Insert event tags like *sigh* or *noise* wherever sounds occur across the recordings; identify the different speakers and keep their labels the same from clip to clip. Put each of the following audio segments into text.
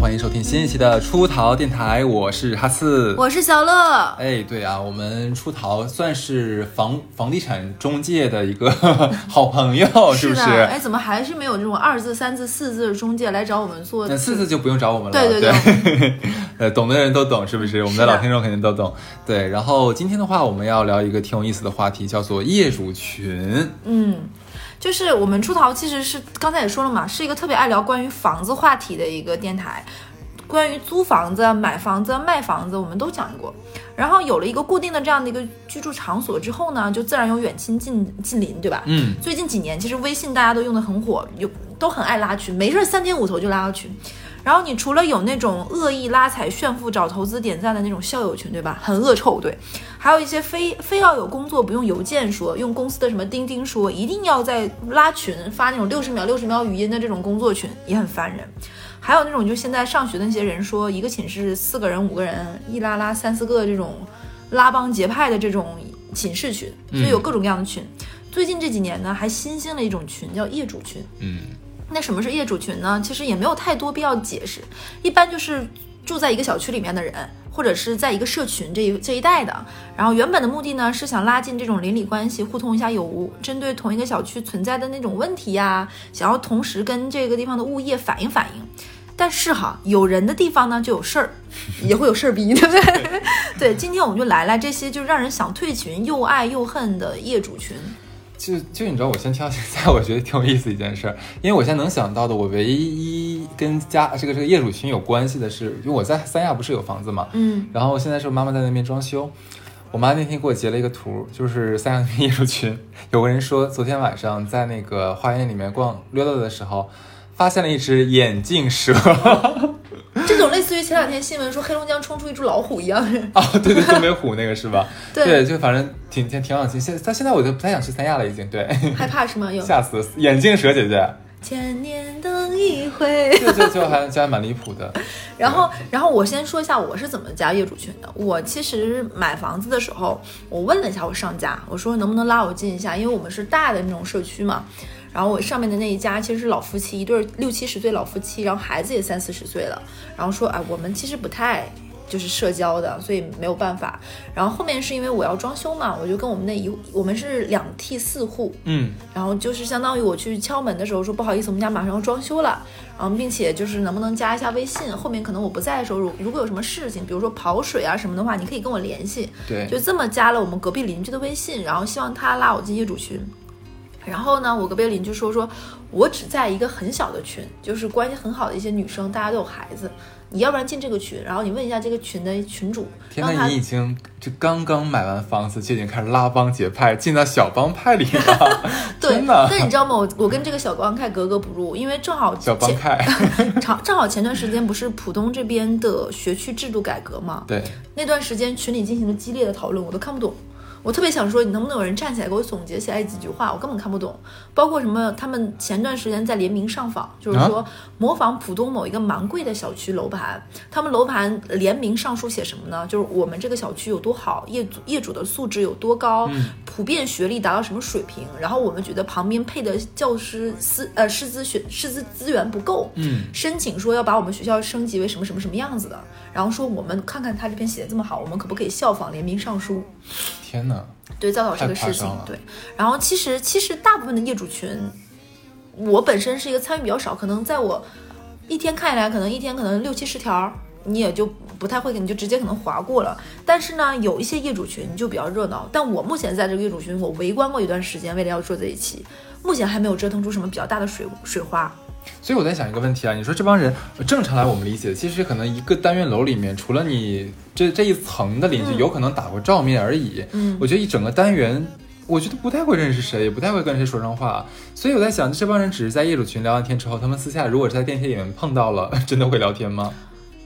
Speaker 1: 欢迎收听新一期的出逃电台，我是哈四，
Speaker 2: 我是小乐。
Speaker 1: 哎，对啊，我们出逃算是房房地产中介的一个 *laughs* 好朋友，哦是不
Speaker 2: 的，
Speaker 1: 是？
Speaker 2: 哎，怎么还是没有这种二字、三字、四字的中介来找我们做？
Speaker 1: 那四次就不用找我们了，
Speaker 2: 对对
Speaker 1: 对 *laughs* 呃，懂的人都懂，是不是？我们的
Speaker 2: 是的
Speaker 1: 老听众肯定都懂。对，然后今天的话，我们要聊一个挺有意思的话题，叫做业主群。
Speaker 2: 嗯，就是我们出逃其实是刚才也说了嘛，是一个特别爱聊关于房子话题的一个电台，关于租房子、买房子、卖房子，我们都讲过。然后有了一个固定的这样的一个居住场所之后呢，就自然有远亲近近邻，对吧？
Speaker 1: 嗯，
Speaker 2: 最近几年，其实微信大家都用的很火，有都很爱拉群，没事儿三天五头就拉个群。然后你除了有那种恶意拉踩、炫富、找投资、点赞的那种校友群，对吧？很恶臭，对。还有一些非非要有工作不用邮件说，用公司的什么钉钉说，一定要在拉群发那种六十秒、六十秒语音的这种工作群，也很烦人。还有那种就现在上学的那些人说，一个寝室四个人、五个人，一拉拉三四个这种拉帮结派的这种寝室群，所以有各种各样的群。最近这几年呢，还新兴了一种群，叫业主群。
Speaker 1: 嗯，
Speaker 2: 那什么是业主群呢？其实也没有太多必要解释，一般就是住在一个小区里面的人，或者是在一个社群这一这一带的。然后原本的目的呢，是想拉近这种邻里关系，互通一下有无，针对同一个小区存在的那种问题呀、想要同时跟这个地方的物业反映反映。但是哈，有人的地方呢就有事儿，也会有事儿逼，对不对？ *laughs* 对，今天我们就来来这些就让人想退群又爱又恨的业主群。
Speaker 1: 就就你知道，我先挑 *laughs* 现在，我觉得挺有意思一件事儿，因为我现在能想到的，我唯一跟家这个这个业主群有关系的是，因为我在三亚不是有房子嘛，
Speaker 2: 嗯，
Speaker 1: 然后现在是我妈妈在那边装修，我妈那天给我截了一个图，就是三亚那边业主群，有个人说昨天晚上在那个花园里面逛溜达的时候，发现了一只眼镜蛇。 *laughs*
Speaker 2: 这种类似于前两天新闻说黑龙江冲出一只老虎一样的，
Speaker 1: 哦，对对，东北虎那个是
Speaker 2: *laughs*
Speaker 1: 吧？
Speaker 2: 对
Speaker 1: 就反正挺挺挺好奇。现但现在我就不太想去三亚了，已经对， *laughs*
Speaker 2: 害怕是吗？有
Speaker 1: 吓死了眼镜蛇姐姐，
Speaker 2: 千年等一回。
Speaker 1: 就就就还就还蛮离谱
Speaker 2: *laughs*
Speaker 1: 的。
Speaker 2: 然后，然后我先说一下我是怎么加业主群的。我其实买房子的时候，我问了一下我上家，我说能不能拉我进一下，因为我们是大的那种社区嘛。然后我上面的那一家其实是老夫妻，一对儿六七十岁老夫妻，然后孩子也三四十岁了。然后说，哎，我们其实不太就是社交的，所以没有办法。然后后面是因为我要装修嘛，我就跟我们那一我们是两梯四户，
Speaker 1: 嗯，
Speaker 2: 然后就是相当于我去敲门的时候说不好意思，我们家马上要装修了，然后并且就是能不能加一下微信，后面可能我不在的时候，如如果有什么事情，比如说跑水啊什么的话，你可以跟我联系。
Speaker 1: 对，
Speaker 2: 就这么加了我们隔壁邻居的微信，然后希望他拉我进业主群。然后呢，我隔壁邻居说说，我只在一个很小的群，就是关系很好的一些女生，大家都有孩子，你要不然进这个群，然后你问一下这个群的群主，
Speaker 1: 天
Speaker 2: 让
Speaker 1: 呐，
Speaker 2: 他
Speaker 1: 你已经就刚刚买完房子，就已经开始拉帮结派，进到小帮派里了。 *laughs*
Speaker 2: 对
Speaker 1: 真。的
Speaker 2: 但你知道吗？我我跟这个小帮派格格不入，因为正好
Speaker 1: 小帮
Speaker 2: 前
Speaker 1: 派，
Speaker 2: 正正好前段时间不是浦东这边的学区制度改革嘛，
Speaker 1: 对，
Speaker 2: 那段时间群里进行了激烈的讨论，我都看不懂。我特别想说，你能不能有人站起来给我总结起来几句话？我根本看不懂。包括什么，他们前段时间在联名上访，就是说模仿浦东某一个蛮贵的小区楼盘，他们楼盘联名上书写什么呢？就是我们这个小区有多好，业主业主的素质有多高，普遍学历达到什么水平，然后我们觉得旁边配的教师师呃师资学师资资源不够，
Speaker 1: 嗯，
Speaker 2: 申请说要把我们学校升级为什么什么什么样子的，然后说我们看看他这篇写的这么好，我们可不可以效仿联名上书？
Speaker 1: 天呐，
Speaker 2: 对，造导这个
Speaker 1: 太
Speaker 2: 事
Speaker 1: 夸张
Speaker 2: 情
Speaker 1: 了，
Speaker 2: 对。然后其实其实大部分的业主群，我本身是一个参与比较少，可能在我一天看下来，可能一天可能六七十条儿，你也就不太会，你就直接可能划过了。但是呢，有一些业主群就比较热闹，但我目前在这个业主群，我围观过一段时间，为了要做这一期，目前还没有折腾出什么比较大的水水花。
Speaker 1: 所以我在想一个问题啊，你说这帮人呃正常来我们理解，其实可能一个单元楼里面，除了你这这一层的邻居
Speaker 2: 嗯
Speaker 1: 有可能打过照面而已，
Speaker 2: 嗯
Speaker 1: 我觉得一整个单元，我觉得不太会认识谁，也不太会跟谁说上话，所以我在想，这帮人只是在业主群聊完天之后，他们私下如果是在电梯里面碰到了， *laughs* 真的会聊天吗？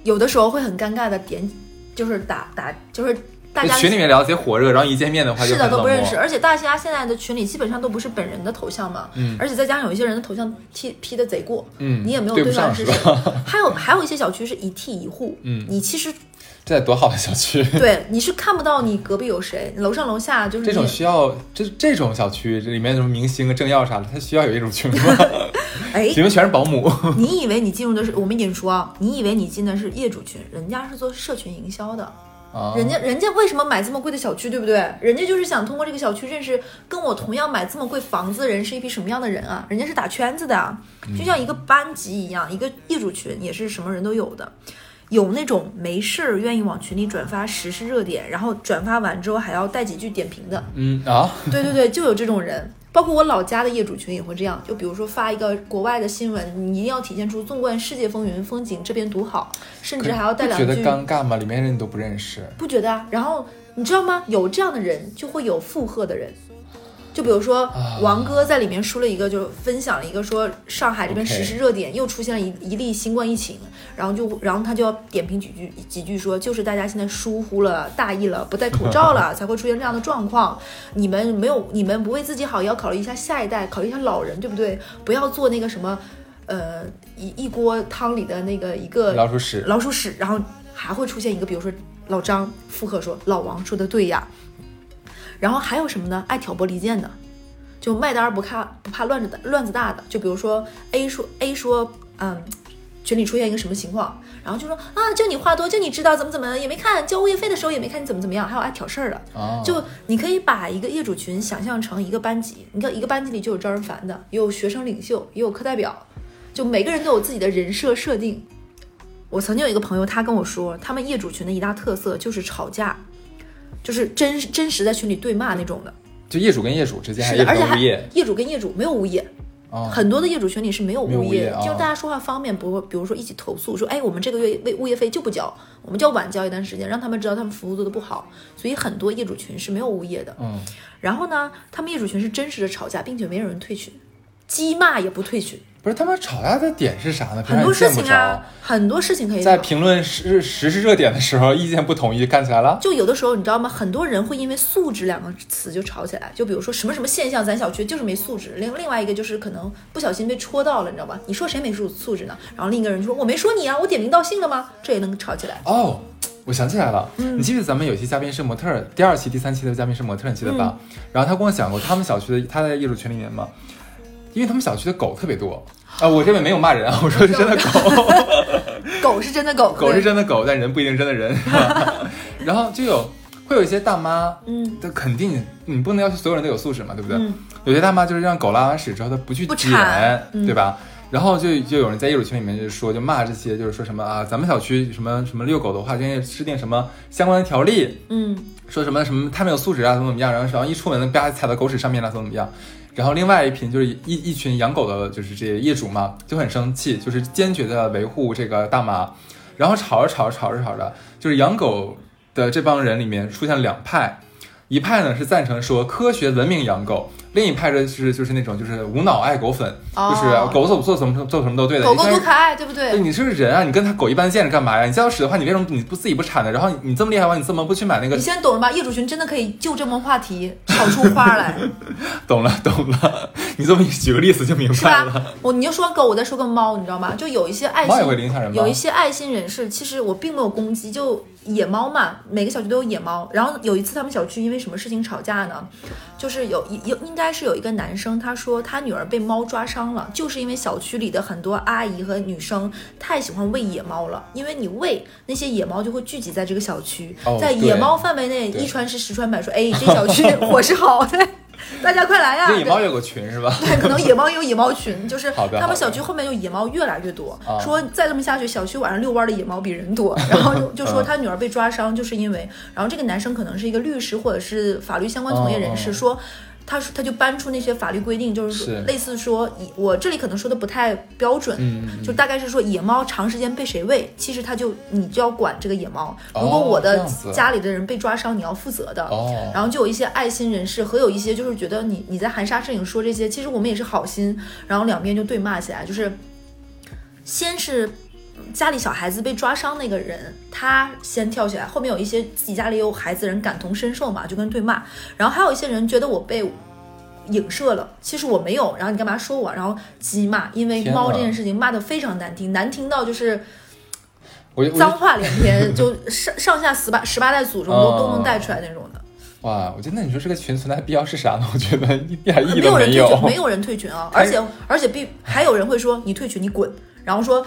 Speaker 2: 有的时候会很尴尬的点，就是打打就是大
Speaker 1: 在
Speaker 2: 家
Speaker 1: 群里面聊得贼火热，然后一见面的话就是很
Speaker 2: 的
Speaker 1: 冷
Speaker 2: 都
Speaker 1: 漠
Speaker 2: 不认识，而且大家现在的群里基本上都不是本人的头像嘛，
Speaker 1: 嗯
Speaker 2: 而且再加上有一些人的头像 T P 的贼过，
Speaker 1: 嗯
Speaker 2: 你也没有
Speaker 1: 对不
Speaker 2: 方
Speaker 1: 上
Speaker 2: 是
Speaker 1: 是 *laughs*
Speaker 2: 谁
Speaker 1: 吧？，
Speaker 2: *laughs* 还有还有一些小区是一 T 一户，
Speaker 1: 嗯
Speaker 2: 你其实
Speaker 1: 这得多好的小区！
Speaker 2: 对你是看不到你隔壁有谁，楼上楼下就是
Speaker 1: 这 *laughs*
Speaker 2: 你 *laughs*
Speaker 1: 种需要这这种小区这里面什么明星啊、政要啥的，它需要有业主群吗？
Speaker 2: 哎，
Speaker 1: 里面全是保
Speaker 2: *laughs*
Speaker 1: 姆。
Speaker 2: 你以为你进入的是我们一点说啊？你以为你进的是业主群，人家是做社群营销的，
Speaker 1: 啊
Speaker 2: 人家人家为什么买这么贵的小区，对不对？人家就是想通过这个小区认识跟我同样买这么贵房子的人是一批什么样的人啊？人家是打圈子的啊，就像一
Speaker 1: 嗯
Speaker 2: 个班级一样，一个业主群也是什么人都有的。有那种没事儿愿意往群里转发时事热点，然后转发完之后还要带几句点评
Speaker 1: *laughs*
Speaker 2: 的，
Speaker 1: 嗯啊，
Speaker 2: 对对对，就有这种人。包括我老家的业主群也会这样，就比如说发一个国外的新闻，你一定要体现出纵观世界风云，风景这边独好，甚至还要带两
Speaker 1: 不觉
Speaker 2: 句。
Speaker 1: 得尴尬吗？里面人你都不认识。
Speaker 2: 不觉得啊？然后你知道吗？有这样的人，就会有附和的人。就比如说
Speaker 1: 啊，
Speaker 2: 王哥在里面说了一个，就是分享了一个说上海这边
Speaker 1: OK
Speaker 2: 实时热点又出现了一一例新冠疫情，然后就然后他就要点评几句几句说，就是大家现在疏忽了、大意了、不戴口罩了，
Speaker 1: *laughs*
Speaker 2: 才会出现这样的状况。你们没有，你们不为自己好，也要考虑一下下一代，考虑一下老人，对不对？不要做那个什么，呃，一一锅汤里的那个一个
Speaker 1: 老鼠屎，
Speaker 2: 老鼠屎，然后还会出现一个，比如说老张附和说老王说的对呀，然后还有什么呢？爱挑拨离间的，就卖单儿不怕不怕乱子大乱子大的，就比如说 A 说 A 说嗯。群里出现一个什么情况，然后就说啊，就你话多，就你知道怎么怎么也没看，交物业费的时候也没看你怎么怎么样，还有爱挑事儿的，
Speaker 1: 啊，
Speaker 2: 就你可以把一个业主群想象成一个班级，你看一个班级里就有招人烦的，也有学生领袖，也有课代表，就每个人都有自己的人设设定。我曾经有一个朋友，他跟我说，他们业主群的一大特色就是吵架，就是真真实在 *laughs* 群里对骂那种的，
Speaker 1: 就业主跟业主之间，还
Speaker 2: 是
Speaker 1: 有业
Speaker 2: 的，而
Speaker 1: 主
Speaker 2: 且
Speaker 1: 跟
Speaker 2: 还
Speaker 1: 物业
Speaker 2: 业主跟业主没有物业，
Speaker 1: 啊，
Speaker 2: 很多的业主群里是没有
Speaker 1: 没有
Speaker 2: 物
Speaker 1: 物业
Speaker 2: 业，
Speaker 1: 啊
Speaker 2: 就是大家说话方便，不会，比如说一起投诉说，哎，我们这个月为物业费就不交，我们就要晚交一段时间，让他们知道他们服务做的不好，所以很多业主群是没有物业的。
Speaker 1: 嗯，
Speaker 2: 然后呢，他们业主群是真实的吵架，并且没有人退群，激骂也不退群，
Speaker 1: 不是他们吵架的点是啥呢？平
Speaker 2: 很
Speaker 1: 常
Speaker 2: 多
Speaker 1: 也
Speaker 2: 事
Speaker 1: 见不
Speaker 2: 情
Speaker 1: 着
Speaker 2: 啊。，很多事情可以
Speaker 1: 在
Speaker 2: 聊。
Speaker 1: 评论时时事热点的时候，意见不统一就干起来了。
Speaker 2: 就有的时候你知道吗？很多人会因为素质两个词就吵起来，就比如说什么什么现象，咱小区就是没素质。另另外一个就是可能不小心被戳到了，你知道吧？你说谁没素素质呢？然后另一个人就说我没说你啊，我点名道姓了吗？这也能吵起来。
Speaker 1: 哦，我想起来了，你记得咱们有些嘉宾是模特儿，第二期、第三期的嘉宾是模特儿，你记得吧？然后他跟我讲过，他们小区的他在业主群里面嘛，因为他们小区的狗特别多啊、我这边没有骂人啊，我说是真的狗，
Speaker 2: 狗是真的
Speaker 1: *laughs*
Speaker 2: 狗，
Speaker 1: 狗是
Speaker 2: 对
Speaker 1: 真的狗，但人不一定是真的人。是吧然后就有会有一些大妈，
Speaker 2: 嗯，
Speaker 1: 她肯定你不能要求所有人都有素质嘛，对不对？
Speaker 2: 嗯
Speaker 1: 有些大妈就是让狗拉完屎之后，她不去
Speaker 2: 不
Speaker 1: 捡
Speaker 2: 铲，嗯
Speaker 1: 对吧？然后就就有人在业主群里面就说，就骂这些，就是说什么啊，咱们小区什么什么遛狗的话，今天制定什么相关的条例，
Speaker 2: 嗯，
Speaker 1: 说什么什么太没有素质啊，怎么怎么样，然后然后一出门啪踩到狗屎上面了，怎么怎么样。然后另外一群就是一一群养狗的，就是这些业主嘛，就很生气，就是坚决的维护这个大妈。然后吵着吵着吵着吵着，就是养狗的这帮人里面出现了两派，一派呢是赞成说科学文明养狗，另一派就是就是那种就是无脑爱狗粉，
Speaker 2: 哦
Speaker 1: 就是狗做做什么做什么都对的。
Speaker 2: 狗狗
Speaker 1: 你
Speaker 2: 多
Speaker 1: 像
Speaker 2: 可爱，对不
Speaker 1: 对，
Speaker 2: 对？
Speaker 1: 你是不是人啊？你跟他狗一般见识干嘛呀？你叫屎的话，你为什么你不自己不铲呢？然后你你这么厉害吗？你怎么不去买那个
Speaker 2: 你现在懂了吧？业主群真的可以就这么话题吵出花来。
Speaker 1: 懂了， *laughs* 懂了。你这么一举个例子就明
Speaker 2: *laughs* 是
Speaker 1: 白了。
Speaker 2: 吧？我你就说狗，我再说个猫，你知道吗？就有一些爱
Speaker 1: 猫也会
Speaker 2: 心，
Speaker 1: 影响人吗？
Speaker 2: 有一些爱心人士，其实我并没有攻击，就野猫嘛，每个小区都有野猫。然后有一次他们小区因为什么事情吵架呢？就是有一有应该是有一个男生，他说他女儿被猫抓伤了，就是因为小区里的很多阿姨和女生太喜欢喂野猫了，因为你喂那些野猫就会聚集在这个小区，
Speaker 1: 哦
Speaker 2: 在
Speaker 1: 对
Speaker 2: 野猫范围内
Speaker 1: 对
Speaker 2: 一传十十传百，说哎这小
Speaker 1: *laughs*
Speaker 2: 区伙食好， *laughs* 对，大家快来呀！啊
Speaker 1: 这野
Speaker 2: 对
Speaker 1: 猫有个群是吧？ *laughs*
Speaker 2: 对，可能野猫也有野猫群，就是
Speaker 1: 好的好
Speaker 2: 他
Speaker 1: 的
Speaker 2: 们小区后面就野猫越来越多
Speaker 1: 啊。
Speaker 2: 说再这么下去，小区晚上遛弯的野猫比人多。然
Speaker 1: *laughs*
Speaker 2: 后就就说
Speaker 1: 嗯
Speaker 2: 他女儿被抓伤，就是因为，然后这个男生可能是一个律师或者是法律相关从业人
Speaker 1: 哦
Speaker 2: 士，
Speaker 1: 哦
Speaker 2: 说他说他就搬出那些法律规定，就是说
Speaker 1: 是
Speaker 2: 类似说，以我这里可能说的不太标准，
Speaker 1: 嗯嗯
Speaker 2: 就大概是说野猫长时间被谁喂，其实他就你就要管这个野猫。如果
Speaker 1: 哦
Speaker 2: 我
Speaker 1: 这
Speaker 2: 的
Speaker 1: 样子
Speaker 2: 家里的人被抓伤，你要负责的。
Speaker 1: 哦
Speaker 2: 然后就有一些爱心人士和有一些就是觉得你你在含沙射影说这些，其实我们也是好心，然后两边就对骂起来，就是先是。家里小孩子被抓伤那个人，他先跳起来，后面有一些自己家里有孩子人感同身受嘛，就跟对骂。然后还有一些人觉得我被影射了，其实我没有，然后你干嘛说我？然后激骂，因为
Speaker 1: 天
Speaker 2: 猫
Speaker 1: 哪
Speaker 2: 这件事情骂得非常难听，难听到就是
Speaker 1: 我我
Speaker 2: *laughs* 脏话连篇，就上上下十八十八代祖宗都、
Speaker 1: 哦
Speaker 2: 都能带出来那种的。
Speaker 1: 哇，我觉得那你说这个群存在必要是啥呢？我觉得一点意义
Speaker 2: 没
Speaker 1: 都
Speaker 2: 有人退
Speaker 1: 有。
Speaker 2: 群，没有人退群啊！而且而且必还有人会说你退群你滚，然后说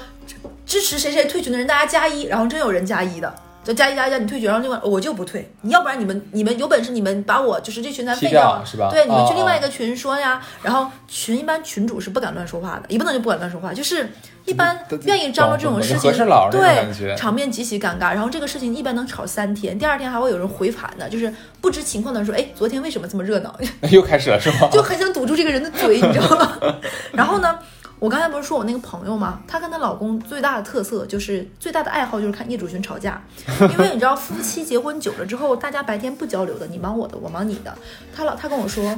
Speaker 2: 支持谁谁退群的人大家加一，然后真有人加一的，就加一加一加你退群，然后另外我就不退，你要不然你们你们有本事你们把我就是这群咱
Speaker 1: 踢
Speaker 2: 废掉
Speaker 1: 掉
Speaker 2: 啊，
Speaker 1: 是吧
Speaker 2: 对，你们
Speaker 1: 哦
Speaker 2: 去另外一
Speaker 1: 哦
Speaker 2: 个群说呀，然后群一般群主是不敢乱说话的，也不能就不敢乱说话，就是一般
Speaker 1: 都都
Speaker 2: 愿意张罗这
Speaker 1: 懂
Speaker 2: 种
Speaker 1: 懂
Speaker 2: 事
Speaker 1: 和
Speaker 2: 情
Speaker 1: 事佬，那种感觉
Speaker 2: 对，场面极其尴尬。然后这个事情一般能吵三天，第二天还会有人回盘的，就是不知情况的人说，哎，昨天为什么这么热闹？
Speaker 1: *laughs* 又开始了是吗？
Speaker 2: 就很想堵住这个人的嘴，你知道吗？ *laughs* 然后呢，我刚才不是说我那个朋友吗？她跟她老公最大的特色就是最大的爱好就是看业主群吵架，因为你知道夫妻结婚久了之后，大家白天不交流的，你忙我的，我忙你的。她老她跟我说，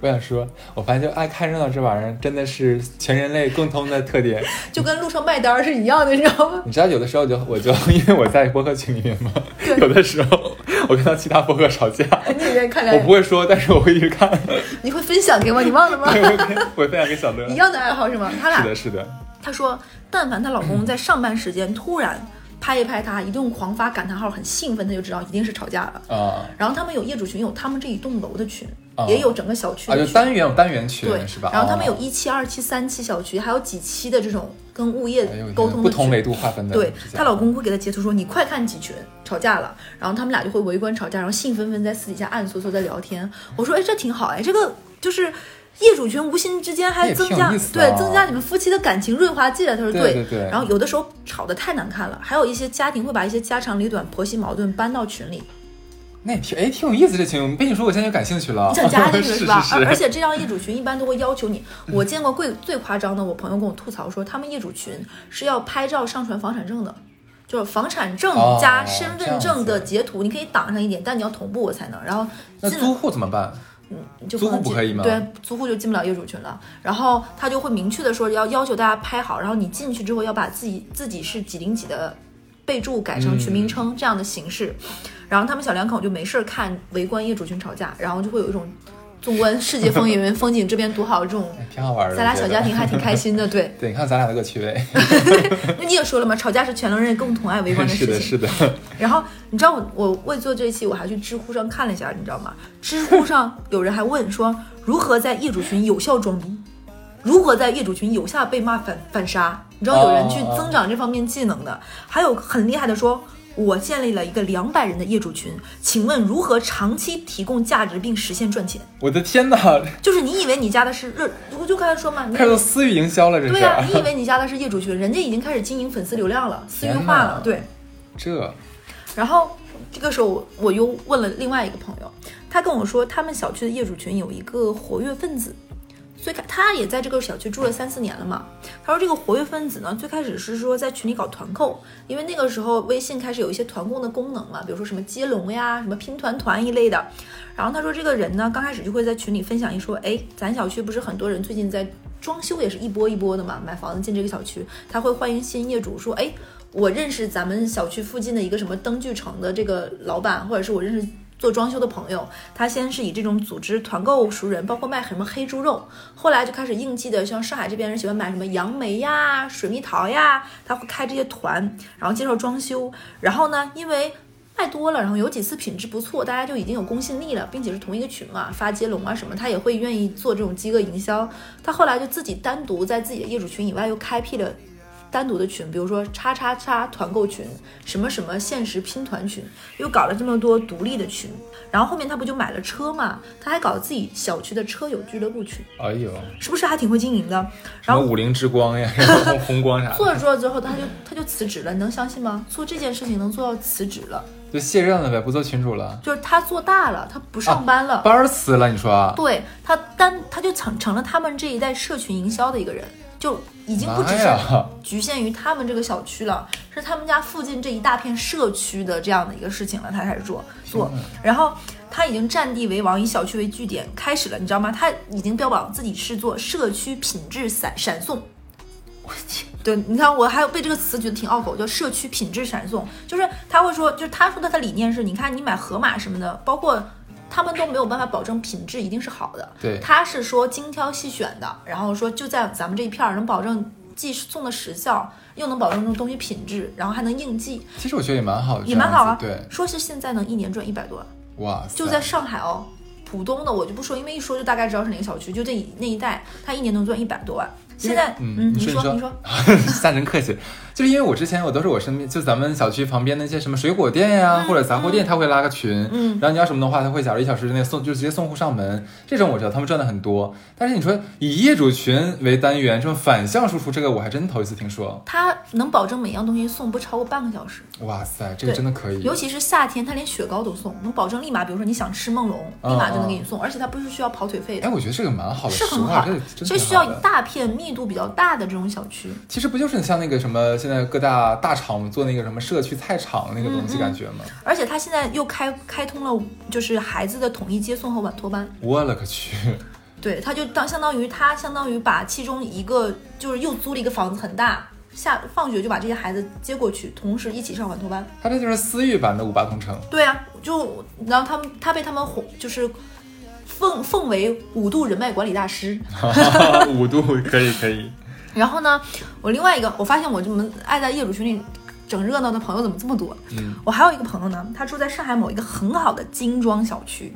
Speaker 1: 我想说，我发现就爱看热闹这玩意儿真的是全人类共通的特点。
Speaker 2: 就跟路上卖单儿是一样的，你知道吗？
Speaker 1: 你知道有的时候就我就因为我在播客群里面嘛，有的时候我看到其他播客吵架，
Speaker 2: 哎你也愿意看两
Speaker 1: 我不
Speaker 2: 眼，
Speaker 1: 会说，但是我会一直看， *laughs*
Speaker 2: 你会分享给我，你忘了吗？
Speaker 1: 我会我会分享给小乐。
Speaker 2: 一样的爱好是吗？他俩
Speaker 1: 是的，是的，
Speaker 2: 她说，但凡她老公在上班时间突然拍一拍她，一顿狂发感叹号，很兴奋，她就知道一定是吵架了。
Speaker 1: 啊
Speaker 2: 然后他们有业主群，有他们这一栋楼的群，
Speaker 1: 哦
Speaker 2: 也有整个小区
Speaker 1: 啊，
Speaker 2: 的
Speaker 1: 就
Speaker 2: 群。
Speaker 1: 单元有单元群
Speaker 2: 对，
Speaker 1: 是吧？
Speaker 2: 然后他们有
Speaker 1: 哦
Speaker 2: 一期、二期、三期小区，还有几期的这种跟物业
Speaker 1: 哎呦我天
Speaker 2: 沟通
Speaker 1: 不
Speaker 2: 的
Speaker 1: 同
Speaker 2: 群。
Speaker 1: 维度划分的是这
Speaker 2: 对
Speaker 1: 样，
Speaker 2: 她老公会给她截图说：“你快看几群吵架了。”然后他们俩就会围观吵架，然后兴奋奋在私底下暗搓搓在聊
Speaker 1: 嗯
Speaker 2: 天。我说：“哎，这挺好哎，这个就是业主群无形之间还
Speaker 1: 也挺
Speaker 2: 增
Speaker 1: 有
Speaker 2: 加
Speaker 1: 意思的
Speaker 2: 对
Speaker 1: 啊
Speaker 2: 增加你们夫妻的感情润滑剂啊了。”她说：“
Speaker 1: 对对对
Speaker 2: 然后有的时候吵得太难看了，还有一些家庭会把一些家长里短、婆媳矛盾搬到群里，
Speaker 1: 那也挺哎挺有意思这群，被你说我现在就感兴趣了，
Speaker 2: *laughs* 你想加进
Speaker 1: *laughs*
Speaker 2: 去
Speaker 1: 是
Speaker 2: 是吧？
Speaker 1: 是
Speaker 2: 而而
Speaker 1: 是
Speaker 2: 且这样业主群一般都会要求你，我见过最最夸张的，我朋友跟我吐槽说，他们业主群是要拍照上传房产证的。就是房产证
Speaker 1: 哦
Speaker 2: 加身份证
Speaker 1: 这样
Speaker 2: 的
Speaker 1: 子
Speaker 2: 截图，你可以挡上一点，但你要同步我才能。然后
Speaker 1: 那
Speaker 2: 进
Speaker 1: 租户怎么办？
Speaker 2: 就
Speaker 1: 租户
Speaker 2: 能
Speaker 1: 不
Speaker 2: 进
Speaker 1: 可以吗
Speaker 2: 对，租户就进不了业主群了。然后他就会明确的说要要求大家拍好，然后你进去之后要把自己自己是几零几的备注改成群名
Speaker 1: 嗯
Speaker 2: 称这样的形式。然后他们小两口就没事儿看围观业主群吵架，然后就会有一种纵观世界风云 *laughs* 风景这边独好这种。
Speaker 1: *laughs* 挺好玩的，
Speaker 2: 咱俩
Speaker 1: 哎我觉
Speaker 2: 小
Speaker 1: 得
Speaker 2: 家庭还挺开心的，对。
Speaker 1: 对，你看咱俩的个趣
Speaker 2: *laughs*
Speaker 1: 味，
Speaker 2: 那你也说了嘛，吵架是全人类共同爱围观的事
Speaker 1: *laughs* 是
Speaker 2: 情。
Speaker 1: 的，是的，
Speaker 2: 然后你知道我我为做这一期，我还去知乎上看了一下，你知道吗？知乎上有人还问说，如何在业主群有效装逼，如何在业主群有效被骂反反杀？你知道有人去
Speaker 1: 哦
Speaker 2: 增长这方面技能的，还有很厉害的说。我建立了一个两百人的业主群，请问如何长期提供价值并实现赚钱？
Speaker 1: 我的天哪，
Speaker 2: 就是你以为你加的是热，我就刚才说嘛，你以
Speaker 1: 开始
Speaker 2: 为
Speaker 1: 做私域营销了，这
Speaker 2: 对啊
Speaker 1: 是、
Speaker 2: 呀、你以为你加的是业主群，人家已经开始经营粉丝流量了，私域
Speaker 1: 天
Speaker 2: 化
Speaker 1: 哪
Speaker 2: 了，对。
Speaker 1: 这
Speaker 2: 然后这个时候我我又问了另外一个朋友，他跟我说他们小区的业主群有一个活跃分子，最开他也在这个小区住了三四年了嘛。他说这个活跃分子呢，最开始是说在群里搞团购，因为那个时候微信开始有一些团购的功能嘛，比如说什么接龙呀、什么拼团团一类的。然后他说这个人呢，刚开始就会在群里分享一说，哎，咱小区不是很多人最近在装修也是一波一波的嘛，买房子进这个小区，他会欢迎新业主说，哎，我认识咱们小区附近的一个什么灯具城的这个老板，或者是我认识做装修的朋友，他先是以这种组织团购熟人，包括卖什么黑猪肉，后来就开始应季的，像上海这边人喜欢买什么杨梅呀、水蜜桃呀，他会开这些团，然后介绍装修，然后呢，因为。卖多了，然后有几次品质不错，大家就已经有公信力了，并且是同一个群嘛，发接龙啊什么，他也会愿意做这种饥饿营销。他后来就自己单独在自己的业主群以外又开辟了单独的群，比如说叉叉叉团购群、什么什么限时拼团群，又搞了这么多独立的群。然后后面他不就买了车嘛，他还搞了自己小区的车友俱乐部群，
Speaker 1: 哎呦，
Speaker 2: 是不是还挺会经营的？
Speaker 1: 什
Speaker 2: 然
Speaker 1: 么
Speaker 2: 后
Speaker 1: 五菱之光
Speaker 2: *laughs*
Speaker 1: 呀，然后红光啥的，
Speaker 2: 做着做着之后，他就他就辞职了，你能相信吗？做这件事情能做到辞职了，
Speaker 1: 就卸任了呗，不做群主了，
Speaker 2: 就是他做大了，他不上班了。
Speaker 1: 班儿辞了，你说啊？
Speaker 2: 对他单，他就成成了他们这一代社群营销的一个人，就已经不只
Speaker 1: 妈
Speaker 2: 是
Speaker 1: 呀
Speaker 2: 局限于他们这个小区了，是他们家附近这一大片社区的这样的一个事情了，他开始做做，然后他已经占地为王，以小区为据点开始了，你知道吗？他已经标榜自己是做社区品质闪闪送。对，你看，我还有被这个词觉得挺拗口，叫社区品质闪送。就是他会说，就是他说他的理念是，你看你买盒马什么的，包括他们都没有办法保证品质一定是好的。
Speaker 1: 对
Speaker 2: 他是说精挑细选的，然后说就在咱们这一片儿能保证既送的时效，又能保证这种东西品质，然后还能应季，
Speaker 1: 其实我觉得也蛮好的，
Speaker 2: 也蛮好啊。
Speaker 1: 这样子
Speaker 2: 说是现在能一年赚一百多万，
Speaker 1: 哇塞，
Speaker 2: 就在上海哦，浦东的我就不说，因为一说就大概知道是哪个小区，就这一那一带，他一年能赚一百多万。现在，
Speaker 1: 嗯
Speaker 2: 嗯，
Speaker 1: 你
Speaker 2: 你
Speaker 1: 说
Speaker 2: 说，
Speaker 1: 你
Speaker 2: 你
Speaker 1: 说
Speaker 2: 说，
Speaker 1: *laughs* 吓人客气，就是因为我之前我都是我身边，就咱们小区旁边那些什么水果店呀、或者杂货店，他会拉个群，
Speaker 2: 嗯
Speaker 1: 然后你要什么的话，他会假如一小时之内送，就直接送货上门，这种我知道他们赚的很多。但是你说以业主群为单元这种反向输出，这个我还真头一次听说。
Speaker 2: 他能保证每样东西送不超过半个小时，
Speaker 1: 哇塞，这个真的可以
Speaker 2: 尤，其是夏天，他连雪糕都送，能保证立马，比如说你想吃梦龙，
Speaker 1: 嗯
Speaker 2: 立马就能给你送，而且他不是需要跑腿费
Speaker 1: 哎，
Speaker 2: 的，
Speaker 1: 我觉得这个蛮好的，
Speaker 2: 是
Speaker 1: 实
Speaker 2: 很
Speaker 1: 话，
Speaker 2: 好
Speaker 1: 这个
Speaker 2: 的。
Speaker 1: 真
Speaker 2: 这
Speaker 1: 挺
Speaker 2: 需
Speaker 1: 好
Speaker 2: 要
Speaker 1: 的
Speaker 2: 一大片密度比较大的这种小区，
Speaker 1: 其实不就是像那个什么，现在各大大厂做那个什么社区菜场那个
Speaker 2: 嗯
Speaker 1: 东西感觉吗？
Speaker 2: 而且他现在又开开通了就是孩子的统一接送和晚托班，
Speaker 1: 我勒个去！
Speaker 2: 对，他就当相当于他相当于把其中一个就是又租了一个房子很大，下放学就把这些孩子接过去，同时一起上晚托班。
Speaker 1: 他这就是私域版的五八同
Speaker 2: *laughs*
Speaker 1: 城。 *laughs*
Speaker 2: 对啊，就然后他们他被他们哄，就是奉奉为五度人脉管理大师。
Speaker 1: 五度可以可以，
Speaker 2: 然后呢，我另外一个我发现我这么爱在业主群里整热闹的朋友怎么这么多？
Speaker 1: 嗯，
Speaker 2: 我还有一个朋友呢，他住在上海某一个很好的精装小区，